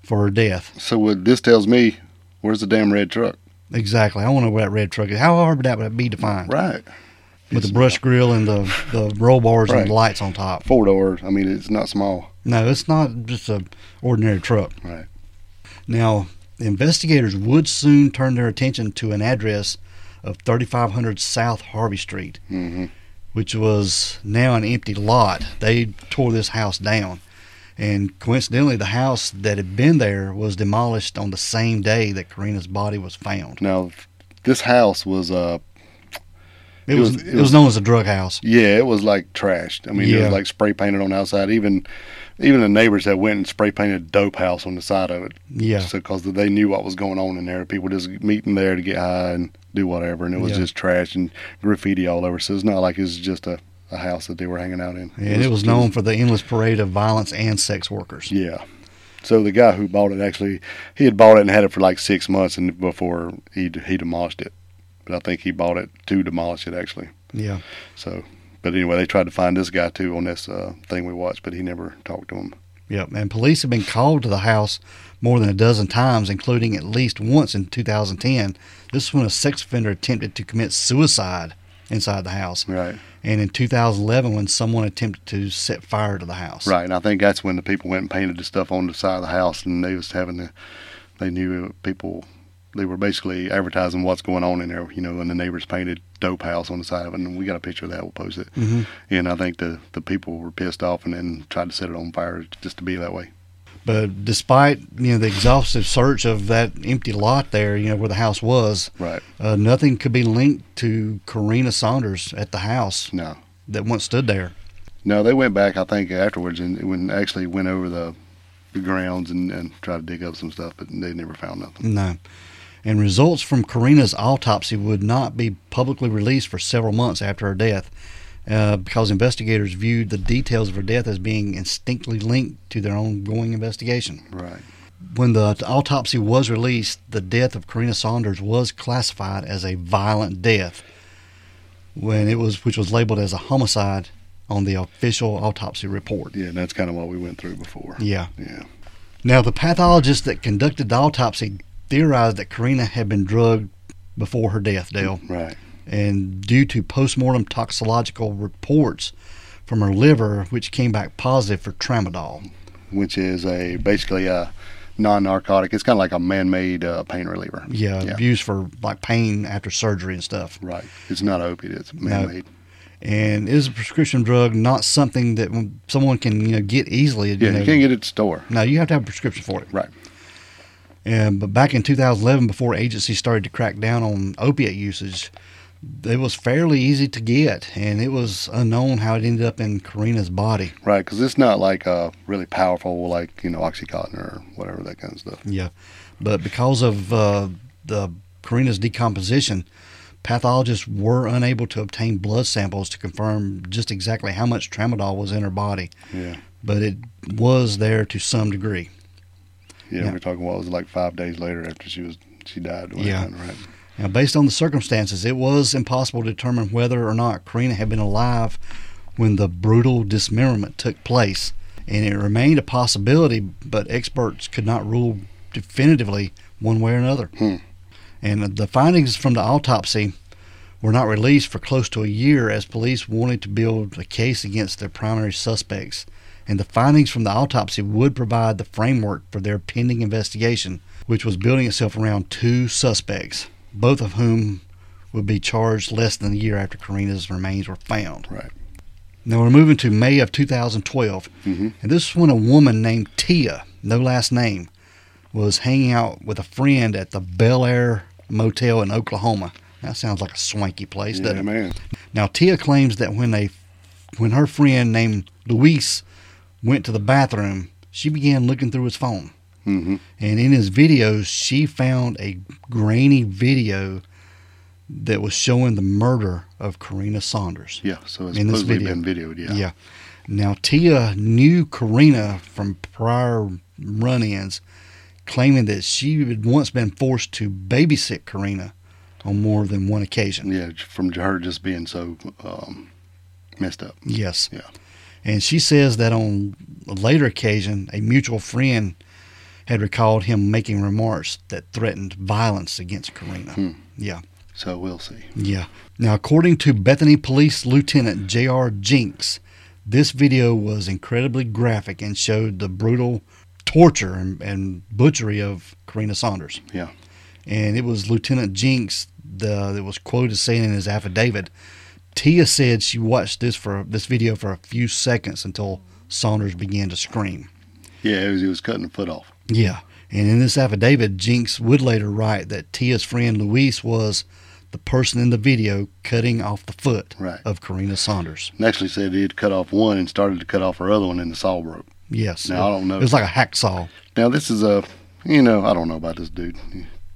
for her death.
So what this tells me, where's the damn red truck?
Exactly. I want to know where that red truck is. How hard would that would be to find?
Right.
With the brush grill and the the roll bars
Right.
and the lights on top.
Four doors. I mean, it's not small.
No, it's not just a ordinary truck.
Right.
Now, investigators would soon turn their attention to an address of 3500 South Harvey Street,
Mm-hmm.
which was now an empty lot. They tore this house down. And coincidentally, the house that had been there was demolished on the same day that Karina's body was found.
Now, this house was uh,
It,
It
was,
was-
it was known as a drug house.
yeah, it was like trashed. I mean, it
Yeah.
was like spray painted on the outside. Even, even the neighbors that went and spray painted dope house on the side of it,
Yeah,
so because they knew what was going on in there. People just meeting there to get high and do whatever, and it was
Yeah.
just trash and graffiti all over. So it's not like it was just a, a house that they were hanging out in.
and it was known for the endless parade of violence and sex workers.
Yeah. So the guy who bought it actually, he had bought it and had it for like six months, and before he he demolished it, but I think he bought it to demolish it actually.
Yeah,
So, but anyway, they tried to find this guy too on this uh, thing we watched, but he never talked to him.
yeah. And police have been called to the house more than a dozen times, including at least once in 2010. This is when a sex offender attempted to commit suicide inside the house.
Right.
and in 2011 when someone attempted to set fire to the house.
Right. And I think that's when the people went and painted the stuff on the side of the house, and they was having the, they knew uh, people. They were basically advertising what's going on in there, you know, and the neighbors painted dope house on the side of it. And we got a picture of that. We'll post it.
hmm
And I think the, the people were pissed off and then tried to set it on fire just to be that way.
But despite you know the exhaustive search of that empty lot there, you know where the house was,
Right.
uh, nothing could be linked to Karina Saunders at the house
No.
that once stood there.
No, they went back, I think, afterwards and when actually went over the, the grounds and, and tried to dig up some stuff, but they never found nothing.
No. And results from Karina's autopsy would not be publicly released for several months after her death uh, because investigators viewed the details of her death as being instinctively linked to their ongoing investigation.
Right.
When the autopsy was released, the death of Karina Saunders was classified as a violent death, when it was, which was labeled as a homicide on the official autopsy report.
Yeah, and that's kind of what we went through before.
Yeah.
Yeah.
Now, the pathologist that conducted the autopsy theorized that Karina had been drugged before her death, Dale,
Right.
and due to postmortem toxicological reports from her liver, which came back positive for tramadol.
Which is a basically a non-narcotic. It's kind of like a man-made uh, pain reliever.
Yeah,
Yeah.
used for like pain after surgery and stuff.
Right. It's not opiate. It's man-made.
And it is a prescription drug, not something that someone can you know get easily.
Yeah,
you know.
you can't get it at the store.
no, you have to have a prescription for it.
Right.
And but back in 2011, before agencies started to crack down on opiate usage, it was fairly easy to get, and it was unknown how it ended up in Karina's body.
Right, because it's not like a really powerful, like you know, OxyContin or whatever that kind of stuff.
Yeah, but because of uh, the Karina's decomposition, pathologists were unable to obtain blood samples to confirm just exactly how much tramadol was in her body,
Yeah,
but it was there to some degree.
yeah.
Yeah.
We're talking what was it, like five days later after she was she died. or
Yeah.
whatever, right.
Now, based on the circumstances, it was impossible to determine whether or not Karina had been alive when the brutal dismemberment took place, and it remained a possibility, but experts could not rule definitively one way or another.
Hmm.
And the findings from the autopsy were not released for close to a year as police wanted to build a case against their primary suspects. And the findings from the autopsy would provide the framework for their pending investigation, which was building itself around two suspects, both of whom would be charged less than a year after Karina's remains were found.
Right.
Now we're moving to May of 2012,
Mhm.
and this is when a woman named Tia, no last name, was hanging out with a friend at the Bel Air Motel in Oklahoma. That sounds like a swanky place, doesn't
Yeah,
it?
man.
Now Tia claims that when they, when her friend named Luis went to the bathroom, she began looking through his phone,
Mm-hmm.
and in his videos she found a grainy video that was showing the murder of Karina Saunders.
Yeah. So it's
In this
supposedly been videoed. Yeah.
Yeah. Now Tia knew Karina from prior run-ins, claiming that she had once been forced to babysit Karina on more than one occasion.
Yeah. From her just being so um, messed up.
Yes.
Yeah.
And she says that on a later occasion, a mutual friend had recalled him making remarks that threatened violence against Karina.
Hmm.
Yeah.
So we'll see.
Yeah. Now, according to Bethany Police Lieutenant J.R. Jinks, this video was incredibly graphic and showed the brutal torture and, and butchery of Karina Saunders.
Yeah.
And it was Lieutenant Jinks the, that was quoted as saying in his affidavit, Tia said she watched this for this video for a few seconds until Saunders began to scream.
Yeah. It was, it was cutting the foot off.
Yeah. And in this affidavit, Jinks would later write that Tia's friend Luis was the person in the video cutting off the foot
Right.
of Karina Saunders.
And actually said he had cut off one and started to cut off her other one, and the saw broke.
Yes.
Now I don't know.
It was like a hacksaw.
Now this is a, you know, I don't know about this dude,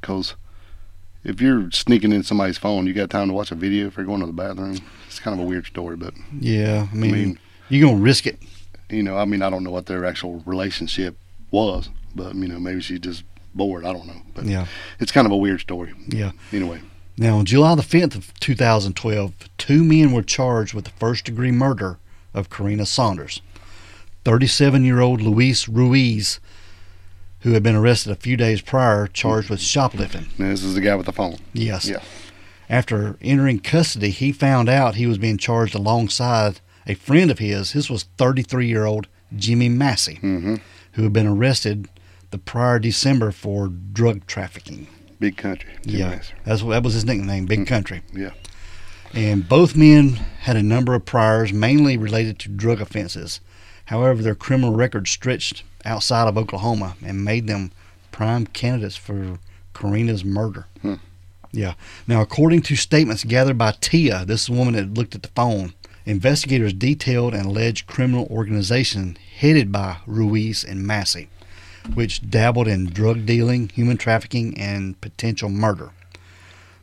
cause if you're sneaking in somebody's phone, you got time to watch a video if you're going to the bathroom. It's kind of a weird story, but
Yeah. I mean,
mean-
you're going to risk it.
you know, I mean, I don't know what their actual relationship was, but you know, maybe she's just bored. I don't know, but
Yeah.
it's kind of a weird story.
Yeah.
Anyway,
Now, on July the 5th of 2012, two men were charged with the first degree murder of Karina Saunders. 37 year old Luis Ruiz, who had been arrested a few days prior, charged with shoplifting.
now this is the guy with the phone.
Yes.
Yeah.
After entering custody, he found out he was being charged alongside a friend of his. This was 33 year old Jimmy Massey,
Mm-hmm.
who had been arrested the prior December for drug trafficking.
Big country.
yeah.
Yes.
That's, what- that was his nickname, Big Country.
Mm. Yeah.
And both men had a number of priors, mainly related to drug offenses. However, their criminal record stretched outside of Oklahoma and made them prime candidates for Karina's murder.
Hmm.
Yeah. Now, according to statements gathered by Tia, this woman that looked at the phone, investigators detailed an alleged criminal organization headed by Ruiz and Massey, which dabbled in drug dealing, human trafficking, and potential murder.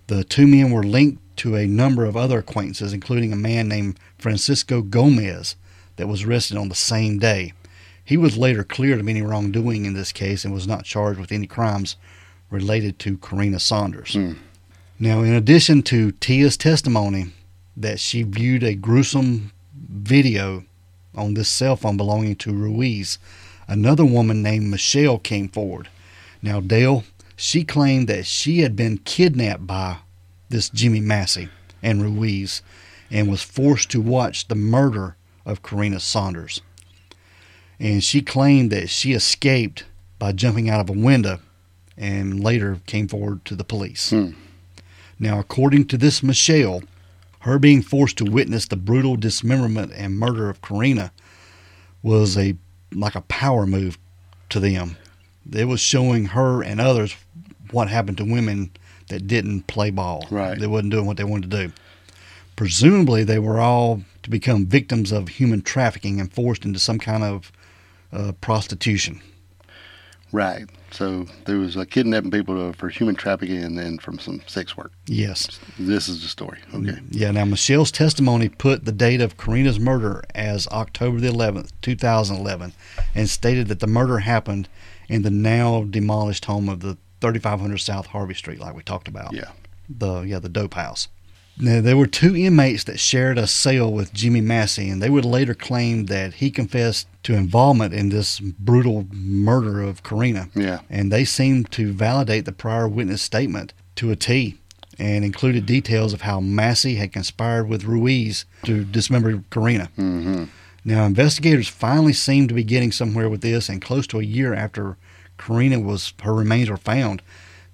The two men were linked to a number of other acquaintances, including a man named Francisco Gomez that was arrested on the same day. He was later cleared of any wrongdoing in this case and was not charged with any crimes related to Karina Saunders.
Hmm.
Now, in addition to Tia's testimony that she viewed a gruesome video on this cell phone belonging to Ruiz, another woman named Michelle came forward. Now, Dale, she claimed that she had been kidnapped by this Jimmy Massey and Ruiz and was forced to watch the murder of Karina Saunders. And she claimed that she escaped by jumping out of a window and later came forward to the police.
Hmm.
Now, according to this Michelle, her being forced to witness the brutal dismemberment and murder of Karina was a like a power move to them. It was showing her and others what happened to women that didn't play ball.
Right.
They wasn't doing what they wanted to do. Presumably, they were all to become victims of human trafficking and forced into some kind of uh, prostitution.
Right. So there was uh, kidnapping people to, for human trafficking and then from some sex work.
Yes.
This is the story. Okay.
Yeah, now Michelle's testimony put the date of Karina's murder as October the 11th, 2011, and stated that the murder happened in the now demolished home of the 3500 South Harvey Street, like we talked about.
Yeah.
The, yeah, the dope house. Now, there were two inmates that shared a cell with Jimmy Massey, and they would later claim that he confessed to involvement in this brutal murder of Karina
Yeah.
and they seemed to validate the prior witness statement to a T and included details of how Massey had conspired with Ruiz to dismember Karina.
Mm-hmm.
Now, investigators finally seemed to be getting somewhere with this, and close to a year after Karina was her remains were found,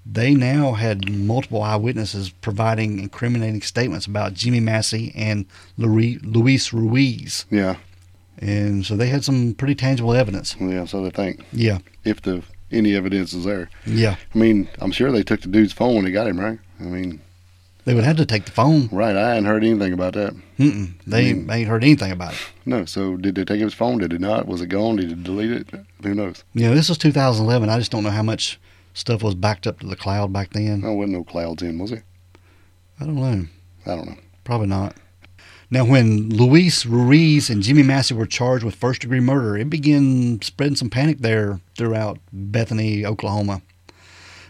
they now had multiple eyewitnesses providing incriminating statements about Jimmy Massey and Luri- Luis Ruiz.
Yeah.
And so they had some pretty tangible evidence.
Yeah. So they think
Yeah,
if the any evidence is there.
yeah.
I mean, I'm sure they took the dude's phone when they got him, right? I mean,
They would have to take the phone.
right. I hadn't heard anything about that.
Mm-mm. They
Mm.
ain't heard anything about it.
No. So did they take his phone? Did it not? Was it gone? Did it delete it? Who knows?
You know, this was 2011. I just don't know how much stuff was backed up to the cloud back then.
No, wasn't no clouds in, was it?
I don't know.
I don't know.
Probably not. Now, when Luis Ruiz and Jimmy Massey were charged with first degree murder, it began spreading some panic there throughout Bethany, Oklahoma.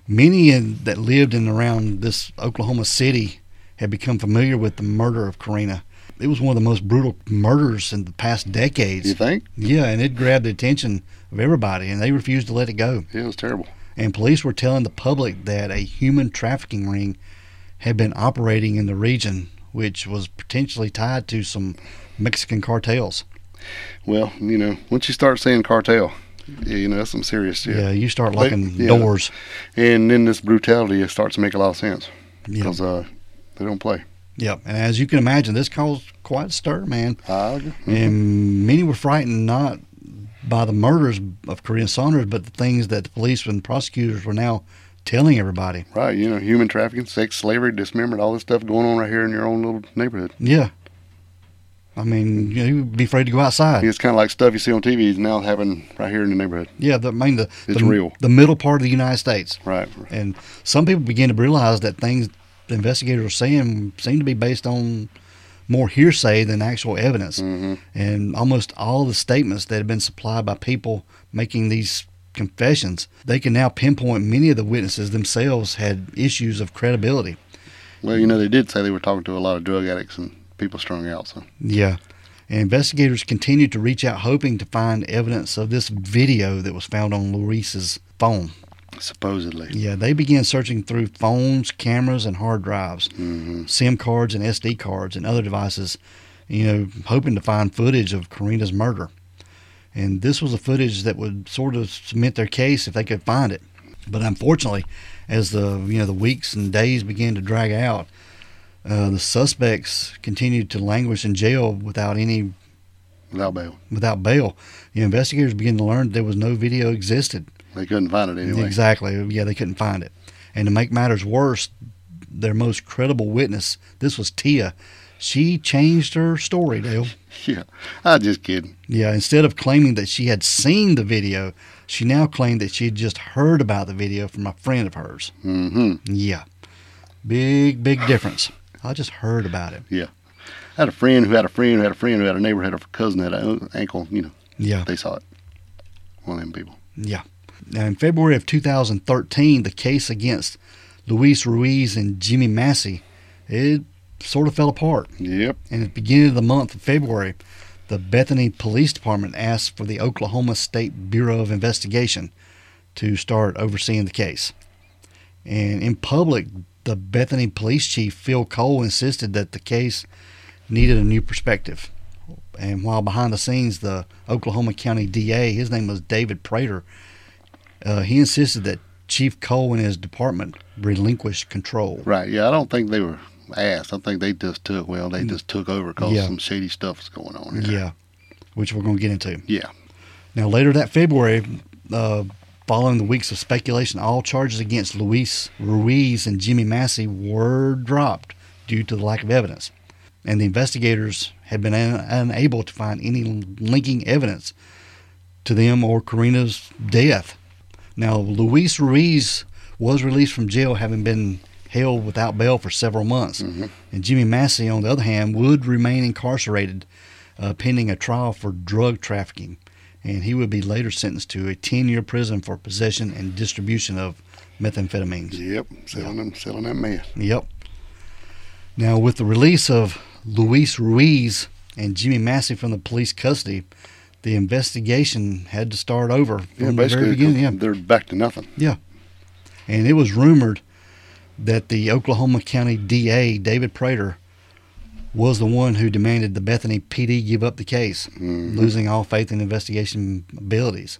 Many in, that lived in and around this Oklahoma city had become familiar with the murder of Karina. It was one of the most brutal murders in the past decades.
You think?
Yeah, and it grabbed the attention of everybody, and they refused to let it go.
Yeah, it was terrible.
And police were telling the public that a human trafficking ring had been operating in the region, which was potentially tied to some Mexican cartels.
Well, you know, once you start saying cartel, you know, that's some serious shit.
Yeah, you start locking
yeah.
doors.
And then this brutality, it starts to make a lot of sense
Yeah,
because uh, they don't play.
yeah. And as you can imagine, this caused quite a stir, man.
I agree.
And many were frightened not by the murders of Korean Saunders, but the things that the police and prosecutors were now telling everybody.
Right, you know, human trafficking, sex, slavery, dismemberment, all this stuff going on right here in your own little neighborhood.
Yeah. I mean, you know, you'd be afraid to go outside.
It's kind of like stuff you see on TV is now happening right here in the neighborhood.
Yeah, the, I mean the
It's
the,
real.
the middle part of the United States,
Right.
and some people begin to realize that things the investigators are saying seem to be based on more hearsay than actual evidence,
hmm
and almost all the statements that have been supplied by people making these confessions, they can now pinpoint many of the witnesses themselves had issues of credibility.
Well, you know, they did say they were talking to a lot of drug addicts and people strung out. So,
Yeah. And investigators continued to reach out, hoping to find evidence of this video that was found on Luis's phone.
supposedly.
Yeah, they began searching through phones, cameras, and hard drives,
hmm
SIM cards, and SD cards, and other devices, you know, hoping to find footage of Karina's murder. And this was a footage that would sort of cement their case if they could find it. But unfortunately, as the you know the weeks and days began to drag out, uh, the suspects continued to languish in jail without any
without bail.
without bail. The investigators began to learn there was no video existed.
They couldn't find it anyway.
Exactly. Yeah, they couldn't find it. And to make matters worse, their most credible witness, this was Tia, she changed her story, Dale.
Yeah, I just kidding.
Yeah, instead of claiming that she had seen the video, she now claimed that she had just heard about the video from a friend of hers.
hmm
Yeah. Big, big difference. I just heard about it.
I had a friend who had a friend who had a friend who had a neighbor had a cousin had an ankle. You know,
Yeah.
they saw it. One of them people.
Yeah. Now, in February of 2013, the case against Luis Ruiz and Jimmy Massey, it sort of fell apart.
Yep.
And at the beginning of the month of February, the Bethany Police Department asked for the Oklahoma State Bureau of Investigation to start overseeing the case. And in public, the Bethany Police Chief Phil Cole insisted that the case needed a new perspective. And while behind the scenes, the Oklahoma County DA, his name was David Prater, uh, he insisted that Chief Cole and his department relinquish control.
Right. Yeah. I don't think they were asked. I think they just took. Well, they just took over because
Mm. Yeah.
some shady stuff was going on. here.
Yeah, which we're going to get into.
Yeah.
Now, later that February, uh, following the weeks of speculation, all charges against Luis Ruiz and Jimmy Massey were dropped due to the lack of evidence. And the investigators had been un- unable to find any linking evidence to them or Karina's death. Now, Luis Ruiz was released from jail having been held without bail for several months. And Jimmy Massey, on the other hand, would remain incarcerated uh, pending a trial for drug trafficking. And he would be later sentenced to a 10 year prison for possession and distribution of methamphetamines.
Yep. Selling them. Selling that mess.
Yep. Now, with the release of Luis Ruiz and Jimmy Massey from the police custody, the investigation had to start over
Yeah.
from the
basically,
very beginning. Yeah.
they're back to nothing.
And it was rumored that the Oklahoma County DA, David Prater, was the one who demanded the Bethany PD give up the case,
Mhm.
losing all faith in investigation abilities.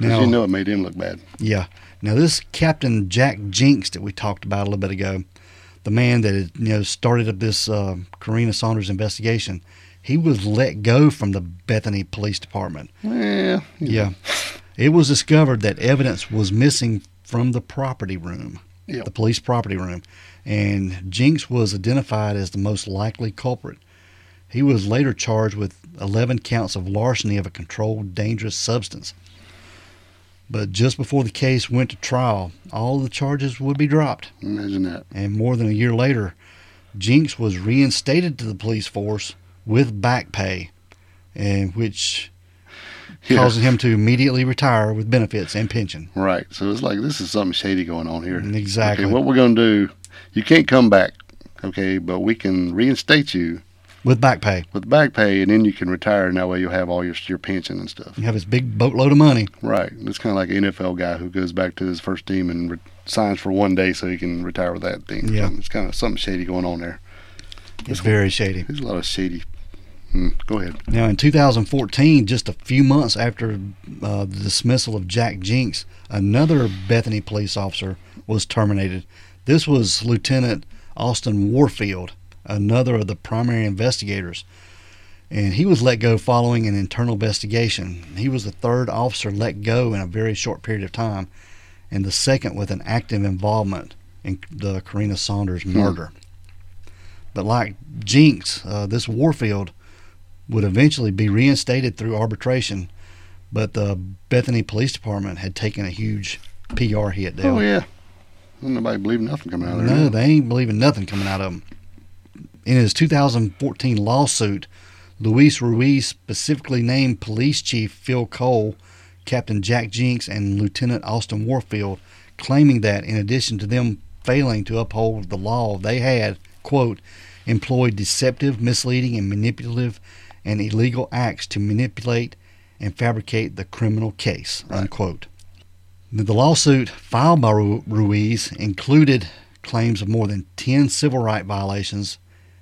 'Cause you know it made him look bad.
Yeah. Now this Captain Jack Jinks that we talked about a little bit ago, the man that had, you know started up this uh, Karina Saunders investigation, he was let go from the Bethany Police Department.
Well. you know.
Yeah. It was discovered that evidence was missing from the property room,
Yep.
the police property room, and Jinks was identified as the most likely culprit. He was later charged with 11 counts of larceny of a controlled dangerous substance. But just before the case went to trial, all the charges would be dropped.
Imagine that.
And more than a year later, Jinks was reinstated to the police force with back pay, and which
Yeah.
causing him to immediately retire with benefits and pension.
Right. So it's like this is something shady going on here.
Mm, Exactly.
Okay, what we're gonna do? You can't come back. Okay, but we can reinstate you
With back pay.
with back pay, and then you can retire, and that way you'll have all your your pension and stuff.
You have his big boatload of money.
Right. It's kind of like an NFL guy who goes back to his first team and re- signs for one day so he can retire with that thing.
Yeah.
It's kind of something shady going on there.
It's very shady.
There's a lot of shady. Hmm, go ahead.
Now, in 2014, just a few months after uh, the dismissal of Jack Jinks, another Bethany police officer was terminated. This was Lieutenant Austin Warfield, another of the primary investigators. And he was let go following an internal investigation. He was the third officer let go in a very short period of time, and the second with an active involvement in the Karina Saunders murder. But like Jinks, uh, this Warfield would eventually be reinstated through arbitration, but the Bethany Police Department had taken a huge PR hit there.
Oh yeah. Don't nobody believe nothing coming out of there.
No, they ain't believing nothing coming out of them. In his 2014 lawsuit, Luis Ruiz specifically named Police Chief Phil Cole, Captain Jack Jinks, and Lieutenant Austin Warfield, claiming that in addition to them failing to uphold the law, they had, quote, employed deceptive, misleading, and manipulative and illegal acts to manipulate and fabricate the criminal case,
Right.
unquote. The lawsuit filed by Ru- Ruiz included claims of more than 10 civil rights violations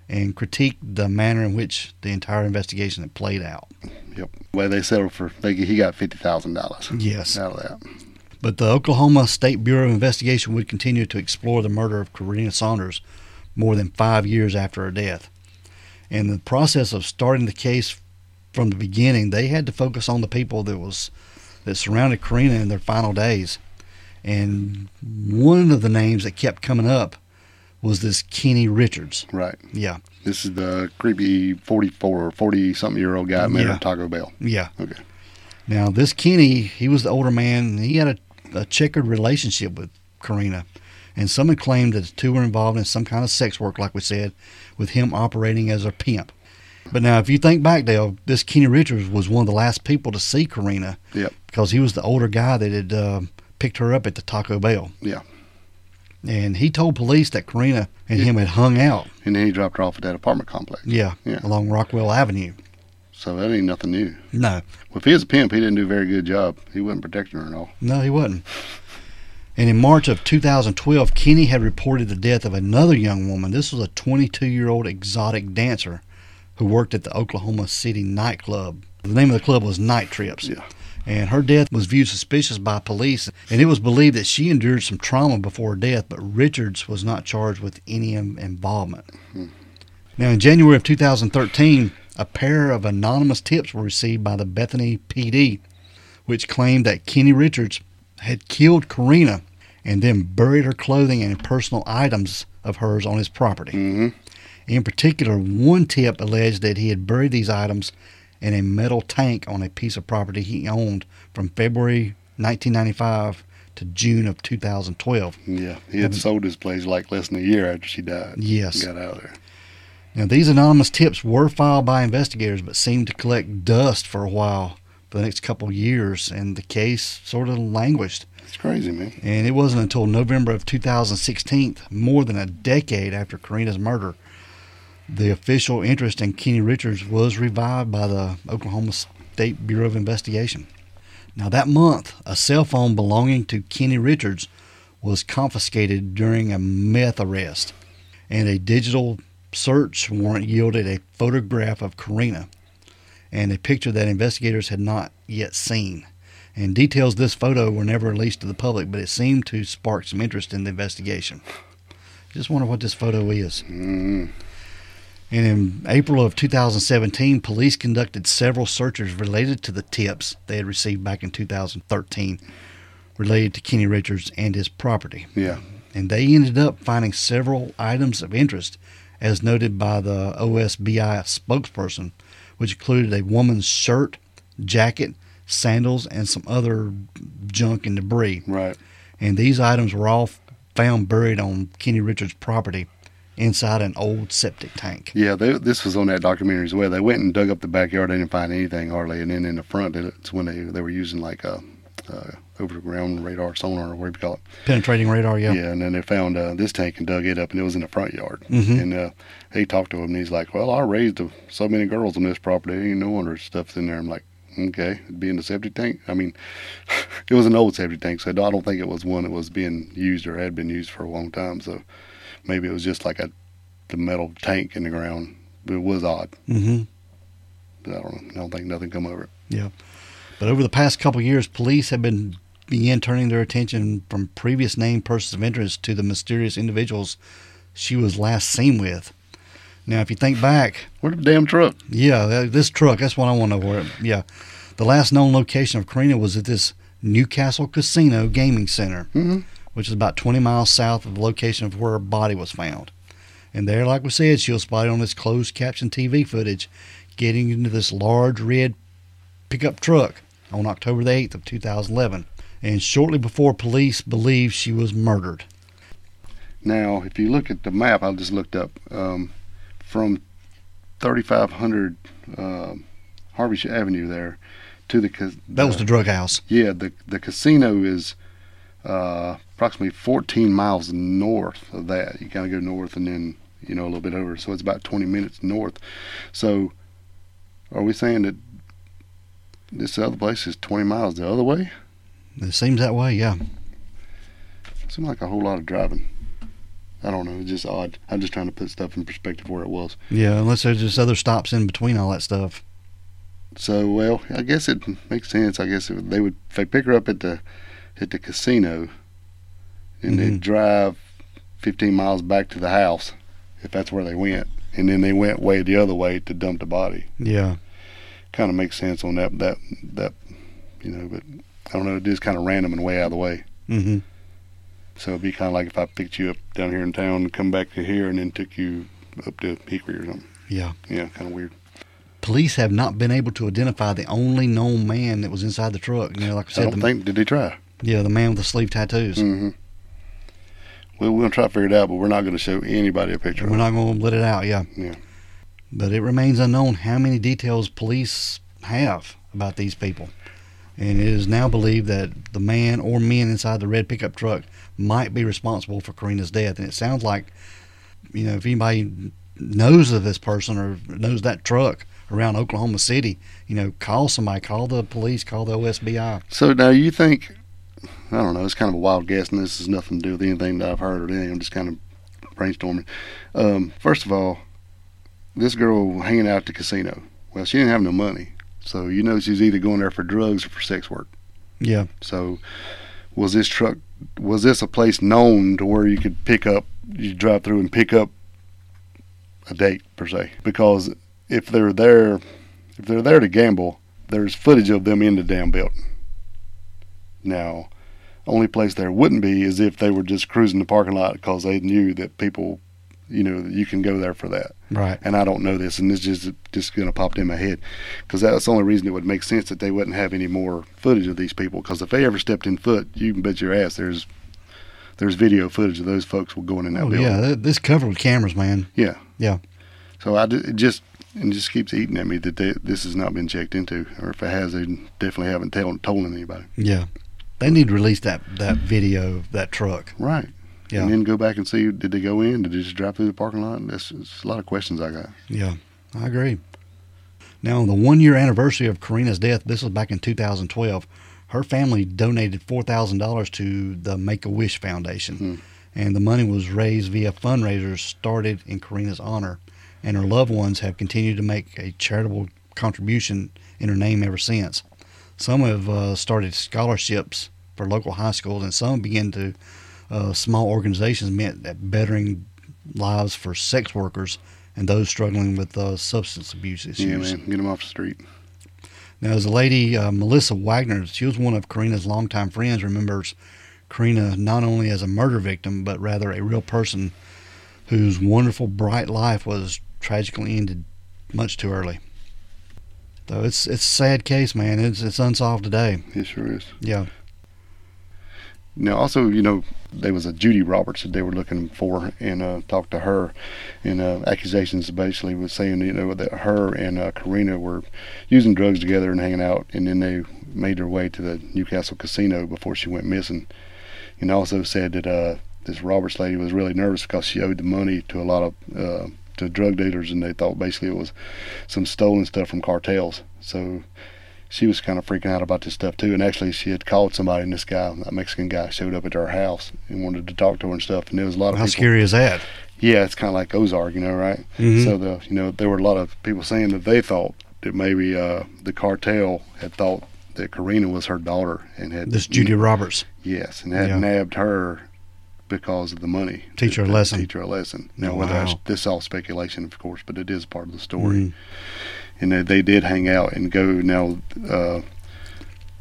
and critiqued the manner in which the entire investigation had played out.
Yep. Well, they settled for. They, he got fifty thousand dollars
Yes.
out of that.
But the Oklahoma State Bureau of Investigation would continue to explore the murder of Karina Saunders more than five years after her death. In the process of starting the case from the beginning, they had to focus on the people that was that surrounded Karina in their final days. And one of the names that kept coming up was this Kenny Richards.
Right.
Yeah,
This is the creepy 44 or 40 something year old guy that made
Yeah.
her Taco Bell.
yeah.
Okay.
Now, this Kenny, he was the older man, and he had a, a checkered relationship with Karina. And some had claimed that the two were involved in some kind of sex work, like we said, with him operating as a pimp. But now, if you think back, Dale, this Kenny Richards was one of the last people to see Karina
Yep.
because he was the older guy that had uh, picked her up at the Taco Bell.
Yeah.
And he told police that Karina and him had hung out,
And then he dropped her off at that apartment complex.
yeah,
Yeah.
along Rockwell Avenue.
So that ain't nothing new.
No,
Well, if he was a pimp, he didn't do a very good job. He wasn't protecting her at all.
No, he wasn't. And in March of 2012, Kenny had reported the death of another young woman. This was a 22 year old exotic dancer who worked at the Oklahoma City nightclub. The name of the club was Night Trips.
Yeah.
And her death was viewed suspicious by police, and it was believed that she endured some trauma before her death, but Richards was not charged with any in- involvement. Now, in January of 2013, a pair of anonymous tips were received by the Bethany PD, which claimed that Kenny Richards had killed Karina and then buried her clothing and personal items of hers on his property.
Mhm.
In particular, one tip alleged that he had buried these items in a metal tank on a piece of property he owned from February 1995 to June of 2012.
Yeah. He had sold his place like less than a year after she died.
Mm-hmm. Yes.
Got out of there.
Now, these anonymous tips were filed by investigators, but seemed to collect dust for a while for the next couple years, and the case sort of languished.
It's crazy, man.
And it wasn't until November of 2016, more than a decade after Karina's murder, the official interest in Kenny Richards was revived by the Oklahoma State Bureau of Investigation. Now, that month, a cell phone belonging to Kenny Richards was confiscated during a meth arrest, and a digital search warrant yielded a photograph of Karina and a picture that investigators had not yet seen. And details of this photo were never released to the public, but it seemed to spark some interest in the investigation. Just wonder what this photo is.
Mm.
And in April of 2017, police conducted several searches related to the tips they had received back in 2013 related to Kenny Richards and his property.
Yeah.
And they ended up finding several items of interest, as noted by the OSBI spokesperson, which included a woman's shirt, jacket, sandals, and some other junk and debris.
Right.
And these items were all found buried on Kenny Richards' property inside an old septic tank.
Yeah. They, this was on that documentary as well. They went and dug up the backyard. They didn't find anything hardly. And then in the front, it's when they, they were using like a, uh, over the ground radar sonar or whatever you call it.
Penetrating radar, yeah.
Yeah, and then they found uh, this tank and dug it up, and it was in the front yard.
Mhm.
And uh, he talked to him, and he's like, "Well, I raised a- so many girls on this property, ain't no wonder stuff's in there." I'm like, "Okay, it'd be in the septic tank." I mean, it was an old septic tank, so I don't think it was one that was being used or had been used for a long time. So maybe it was just like a the metal tank in the ground. But it was odd.
Mm-hmm.
But I don't know. I don't think nothing come over it.
But over the past couple of years, police have been began turning their attention from previous named persons of interest to the mysterious individuals she was last seen with. Now, if you think back,
Where the damn truck?
yeah, that, this truck, that's what I want to know where. it- Yeah. The last known location of Karina was at this Newcastle Casino Gaming Center,
Mhm.
which is about 20 miles south of the location of where her body was found. And there, like we said, she was spotted on this closed caption TV footage getting into this large red pickup truck on October the 8th of 2011. And shortly before police believed she was murdered.
Now, if you look at the map, I just looked up um, from 3500 um Harvey Sh- Avenue there to the ca-
That was the drug house.
yeah the the casino is uh, approximately 14 miles north of that. You kind of go north and then you know a little bit over, so it's about 20 minutes north. So, are we saying that this other place is 20 miles the other way?
It seems that way, yeah.
Seemed like a whole lot of driving. I don't know. It's just odd. I'm just trying to put stuff in perspective where it was.
Yeah, unless there's just other stops in between all that stuff.
So well, I guess it makes sense. I guess if they would if they pick her up at the at the casino, and they
Mhm.
drive 15 miles back to the house, if that's where they went, and then they went way the other way to dump the body.
Yeah.
Kind of makes sense on that that that you know, but I don't know. It is kind of random and way out of the way.
Mm-hmm.
So it'd be kind of like if I picked you up down here in town, and come back to here, and then took you up to Hickory or something.
Yeah.
Yeah, kind of weird.
Police have not been able to identify the only known man that was inside the truck. You know, like I
I
said,
don't
the,
think did they try.
yeah, the man with the sleeve tattoos.
Mm-hmm. Well, we'll try to figure it out, but we're not going to show anybody a picture.
We're
of it.
not going to let it out. Yeah.
Yeah.
But it remains unknown how many details police have about these people. And it is now believed that the man or men inside the red pickup truck might be responsible for Karina's death. And it sounds like, you know, if anybody knows of this person or knows that truck around Oklahoma City, you know, call somebody, call the police, call the OSBI.
So now you think? I don't know. It's kind of a wild guess, and this has nothing to do with anything that I've heard or anything. I'm just kind of brainstorming. Um, first of all, this girl hanging out at the casino. Well, she didn't have no money, so you know she's either going there for drugs or for sex work.
Yeah.
So, was this truck? Was this a place known to where you could pick up? You drive through and pick up a date per se, because if they're there, if they're there to gamble, there's footage of them in the damn building. Now, only place there wouldn't be is if they were just cruising the parking lot because they knew that people, you know, you can go there for that
Right.
and I don't know this, and this just just gonna popped in my head, because that's the only reason it would make sense that they wouldn't have any more footage of these people. Because if they ever stepped in foot, you can bet your ass there's there's video footage of those folks going in that
Oh,
building.
yeah. th- This covered with cameras, man.
Yeah.
Yeah.
So I ju- it just and just keeps eating at me that they, this has not been checked into, or if it has, they definitely haven't tell, told anybody.
Yeah. They need to release that, that video of that truck.
Right.
Yeah.
And then go back and see did they go in? Did they just drive through the parking lot? That's, that's a lot of questions I got.
Yeah, I agree. Now, on the one year anniversary of Karina's death, this was back in 2012, her family donated $4,000 to the Make a Wish Foundation.
Hmm.
And the money was raised via fundraisers started in Karina's honor. And her loved ones have continued to make a charitable contribution in her name ever since. Some have uh, started scholarships for local high schools, and some began to uh, small organizations meant at bettering lives for sex workers and those struggling with uh, substance abuse issues.
Yeah, man, get them off the street.
Now, as a lady, uh, Melissa Wagner, she was one of Karina's longtime friends, remembers Karina not only as a murder victim, but rather a real person whose wonderful, bright life was tragically ended much too early. So it's it's a sad case, man. It's it's unsolved today.
It sure is.
Yeah,
Now, also, you know, there was a Judy Roberts that they were looking for and uh, talked to her. And uh, accusations basically was saying, you know, that her and uh, Karina were using drugs together and hanging out. And then they made their way to the Newcastle casino before she went missing. And also said that uh, this Roberts lady was really nervous because she owed the money to a lot of uh, to drug dealers. And they thought basically it was some stolen stuff from cartels. So she was kind of freaking out about this stuff too. And actually, she had called somebody, and this guy, that Mexican guy, showed up at her house and wanted to talk to her and stuff. And there was a lot of
how
people.
scary is that?
Yeah, it's kind of like Ozark, you know, right?
Mhm.
So the you know there were a lot of people saying that they thought that maybe uh, the cartel had thought that Karina was her daughter and had
This Judy Roberts.
Yes, and had
Yeah.
nabbed her because of the money.
Teach her a
To- to
lesson.
Teach her a lesson. Now,
Oh,
whether I
wow.
sh- this is all speculation, of course, but it is part of the story
Mhm.
and they, they did hang out and go. Now, uh,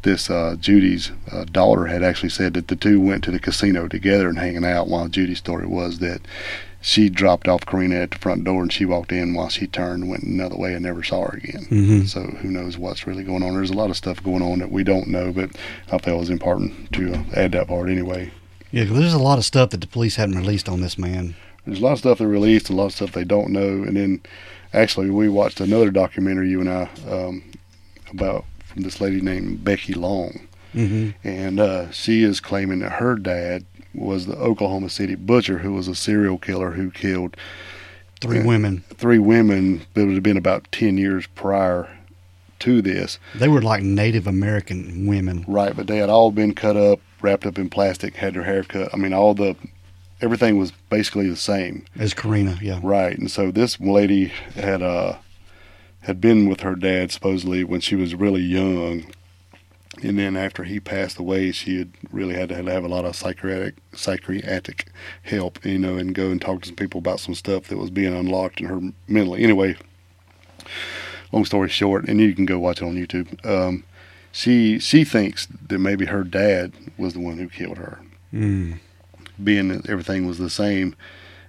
this uh, Judy's uh, daughter had actually said that the two went to the casino together and hanging out. While Judy's story was that she dropped off Karina at the front door and she walked in while she turned, went another way, and never saw her again.
Mhm.
So who knows what's really going on? There's a lot of stuff going on that we don't know, but I felt it was important to uh, add that part anyway.
Yeah, 'cause there's a lot of stuff that the police haven't released on this man.
There's a lot of stuff they released, a lot of stuff they don't know, and then actually we watched another documentary you and I um, about from this lady named Becky Long,
Mm-hmm.
and uh, she is claiming that her dad was the Oklahoma City butcher who was a serial killer who killed
Three
Yeah.
women.
three women, but it would have been about ten years prior to this,
They were like Native American women.
right? But they had all been cut up, wrapped up in plastic, had their hair cut. I mean, all the everything was basically the same.
As Karina, yeah.
Right, and so this lady had uh had been with her dad supposedly when she was really young, And then after he passed away, she had really had to have a lot of psychiatric psychiatric help, you know, and go and talk to some people about some stuff that was being unlocked in her mentally. Anyway, long story short, and you can go watch it on YouTube. Um, she she thinks that maybe her dad was the one who killed her,
Mm.
being that everything was the same.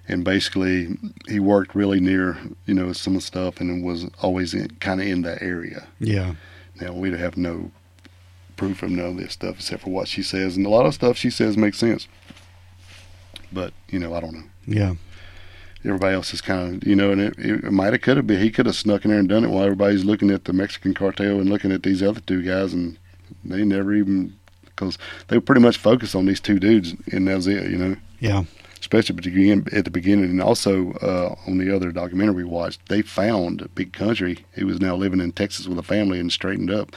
And basically, he worked really near, you know, some stuff, and was always kind of in that area.
Yeah.
Now we have no proof of none of this stuff except for what she says, and a lot of stuff she says makes sense. But you know, I don't know.
Yeah.
Everybody else is kind of you know, and it, it might have could have been he could have snuck in there and done it while everybody's looking at the Mexican cartel and looking at these other two guys, and they never even because they were pretty much focused on these two dudes, and that was it, you know.
Yeah.
Especially at the begin- at the beginning, and also uh, on the other documentary we watched, they found Big Country, who was now living in Texas with a family, and straightened up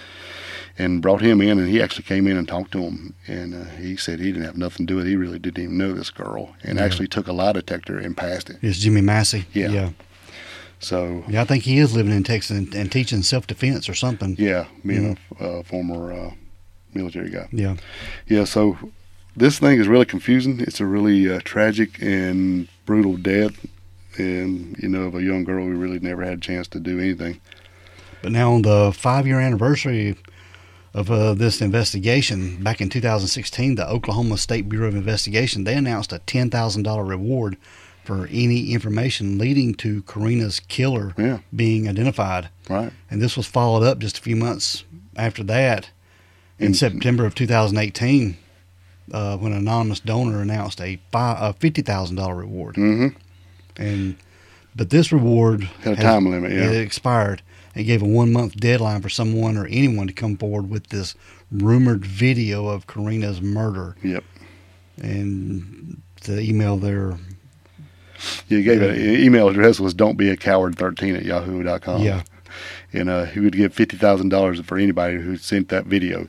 and brought him in, and he actually came in and talked to him, and uh, he said he didn't have nothing to do with it. He really didn't even know this girl, and
Yeah.
actually took a lie detector and passed it.
It's Jimmy Massey.
Yeah.
Yeah.
So
Yeah, I think he is living in Texas and, and teaching self defense or something.
yeah, being a uh, former uh, military guy,
Yeah.
yeah. So this thing is really confusing. It's a really uh, tragic and brutal death, and you know of a young girl who really never had a chance to do anything.
But now on the five year anniversary of uh, this investigation, back in 2016, the Oklahoma State Bureau of Investigation they announced a ten thousand dollar reward for any information leading to Karina's killer
Yeah,
being identified.
right.
And this was followed up just a few months after that in
And-
September of 2018 uh, when an anonymous donor announced a, fi- a $50,000 reward.
Mm-hmm.
And But this reward
Had a
has-
time limit. Yeah.
it expired. It gave a one month deadline for someone or anyone to come forward with this rumored video of Karina's murder.
Yep.
And the email there,
You gave it. e- Email address was don't be a coward thirteen at yahoo dot com.
yeah,
and uh, he would give fifty thousand dollars for anybody who sent that video.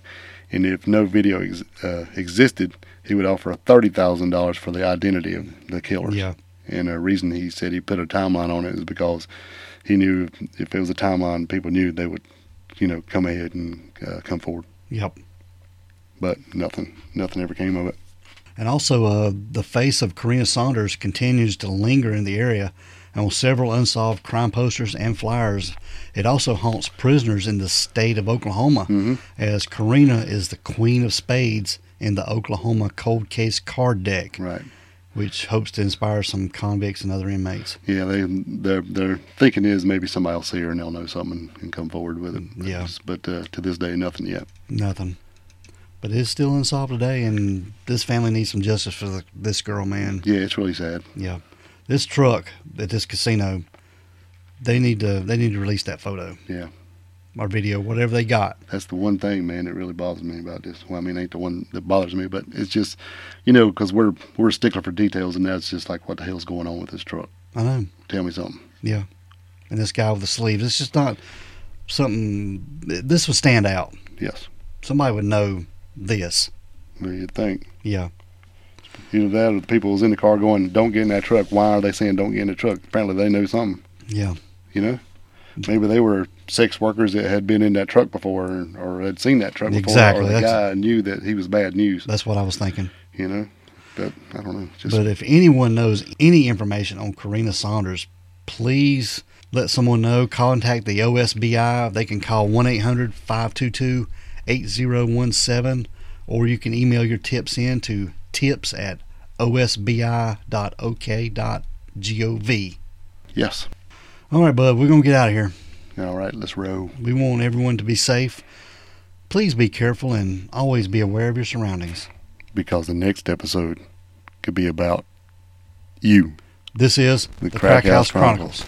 And if no video ex- uh, existed, he would offer thirty thousand dollars for the identity of the killer.
yeah,
And the reason he said he put a timeline on it is because he knew if it was a timeline, people knew they would, you know, come ahead and uh, come forward.
yep.
But nothing, nothing ever came of it.
And also, uh, the face of Karina Saunders continues to linger in the area, and with several unsolved crime posters and flyers, it also haunts prisoners in the state of Oklahoma,
Mhm.
as Karina is the queen of spades in the Oklahoma Cold Case Card Deck,
Right.
which hopes to inspire some convicts and other inmates.
Yeah, they their their thinking is maybe somebody else here and they'll know something and come forward with it.
Yeah.
But uh, to this day, nothing yet.
Nothing. But it's still unsolved today, and this family needs some justice for the, this girl, man.
Yeah, it's really sad.
Yeah, this truck at this casino, they need to they need to release that photo.
Yeah.
or video, whatever they got.
That's the one thing, man, that really bothers me about this. Well, I mean, ain't the one that bothers me, but it's just, you know, because we're we're a stickler for details, and that's just like, what the hell's going on with this truck?
I know.
Tell me something.
Yeah, and this guy with the sleeves. It's just not something. This would stand out.
Yes,
Somebody would know this.
well, you'd think
Yeah,
either that or the people was in the car going, "Don't get in that truck." Why are they saying don't get in the truck? Apparently, they know something.
yeah,
You know, maybe they were sex workers that had been in that truck before, or, or had seen that truck before,
Exactly,
or the
that's-
guy knew that he was bad news.
that's what I was thinking.
You know, but I don't know. Just
But if anyone knows any information on Karina Saunders, please let someone know. Contact the OSBI. They can call 1 800 522 8017, or you can email your tips in to tips at osbi.ok.gov.
yes.
All right, bud, we're going to get out of here.
All right, let's row.
We want everyone to be safe. Please be careful and always be aware of your surroundings.
because the next episode could be about you,
This is
the, Crack, House Chronicles.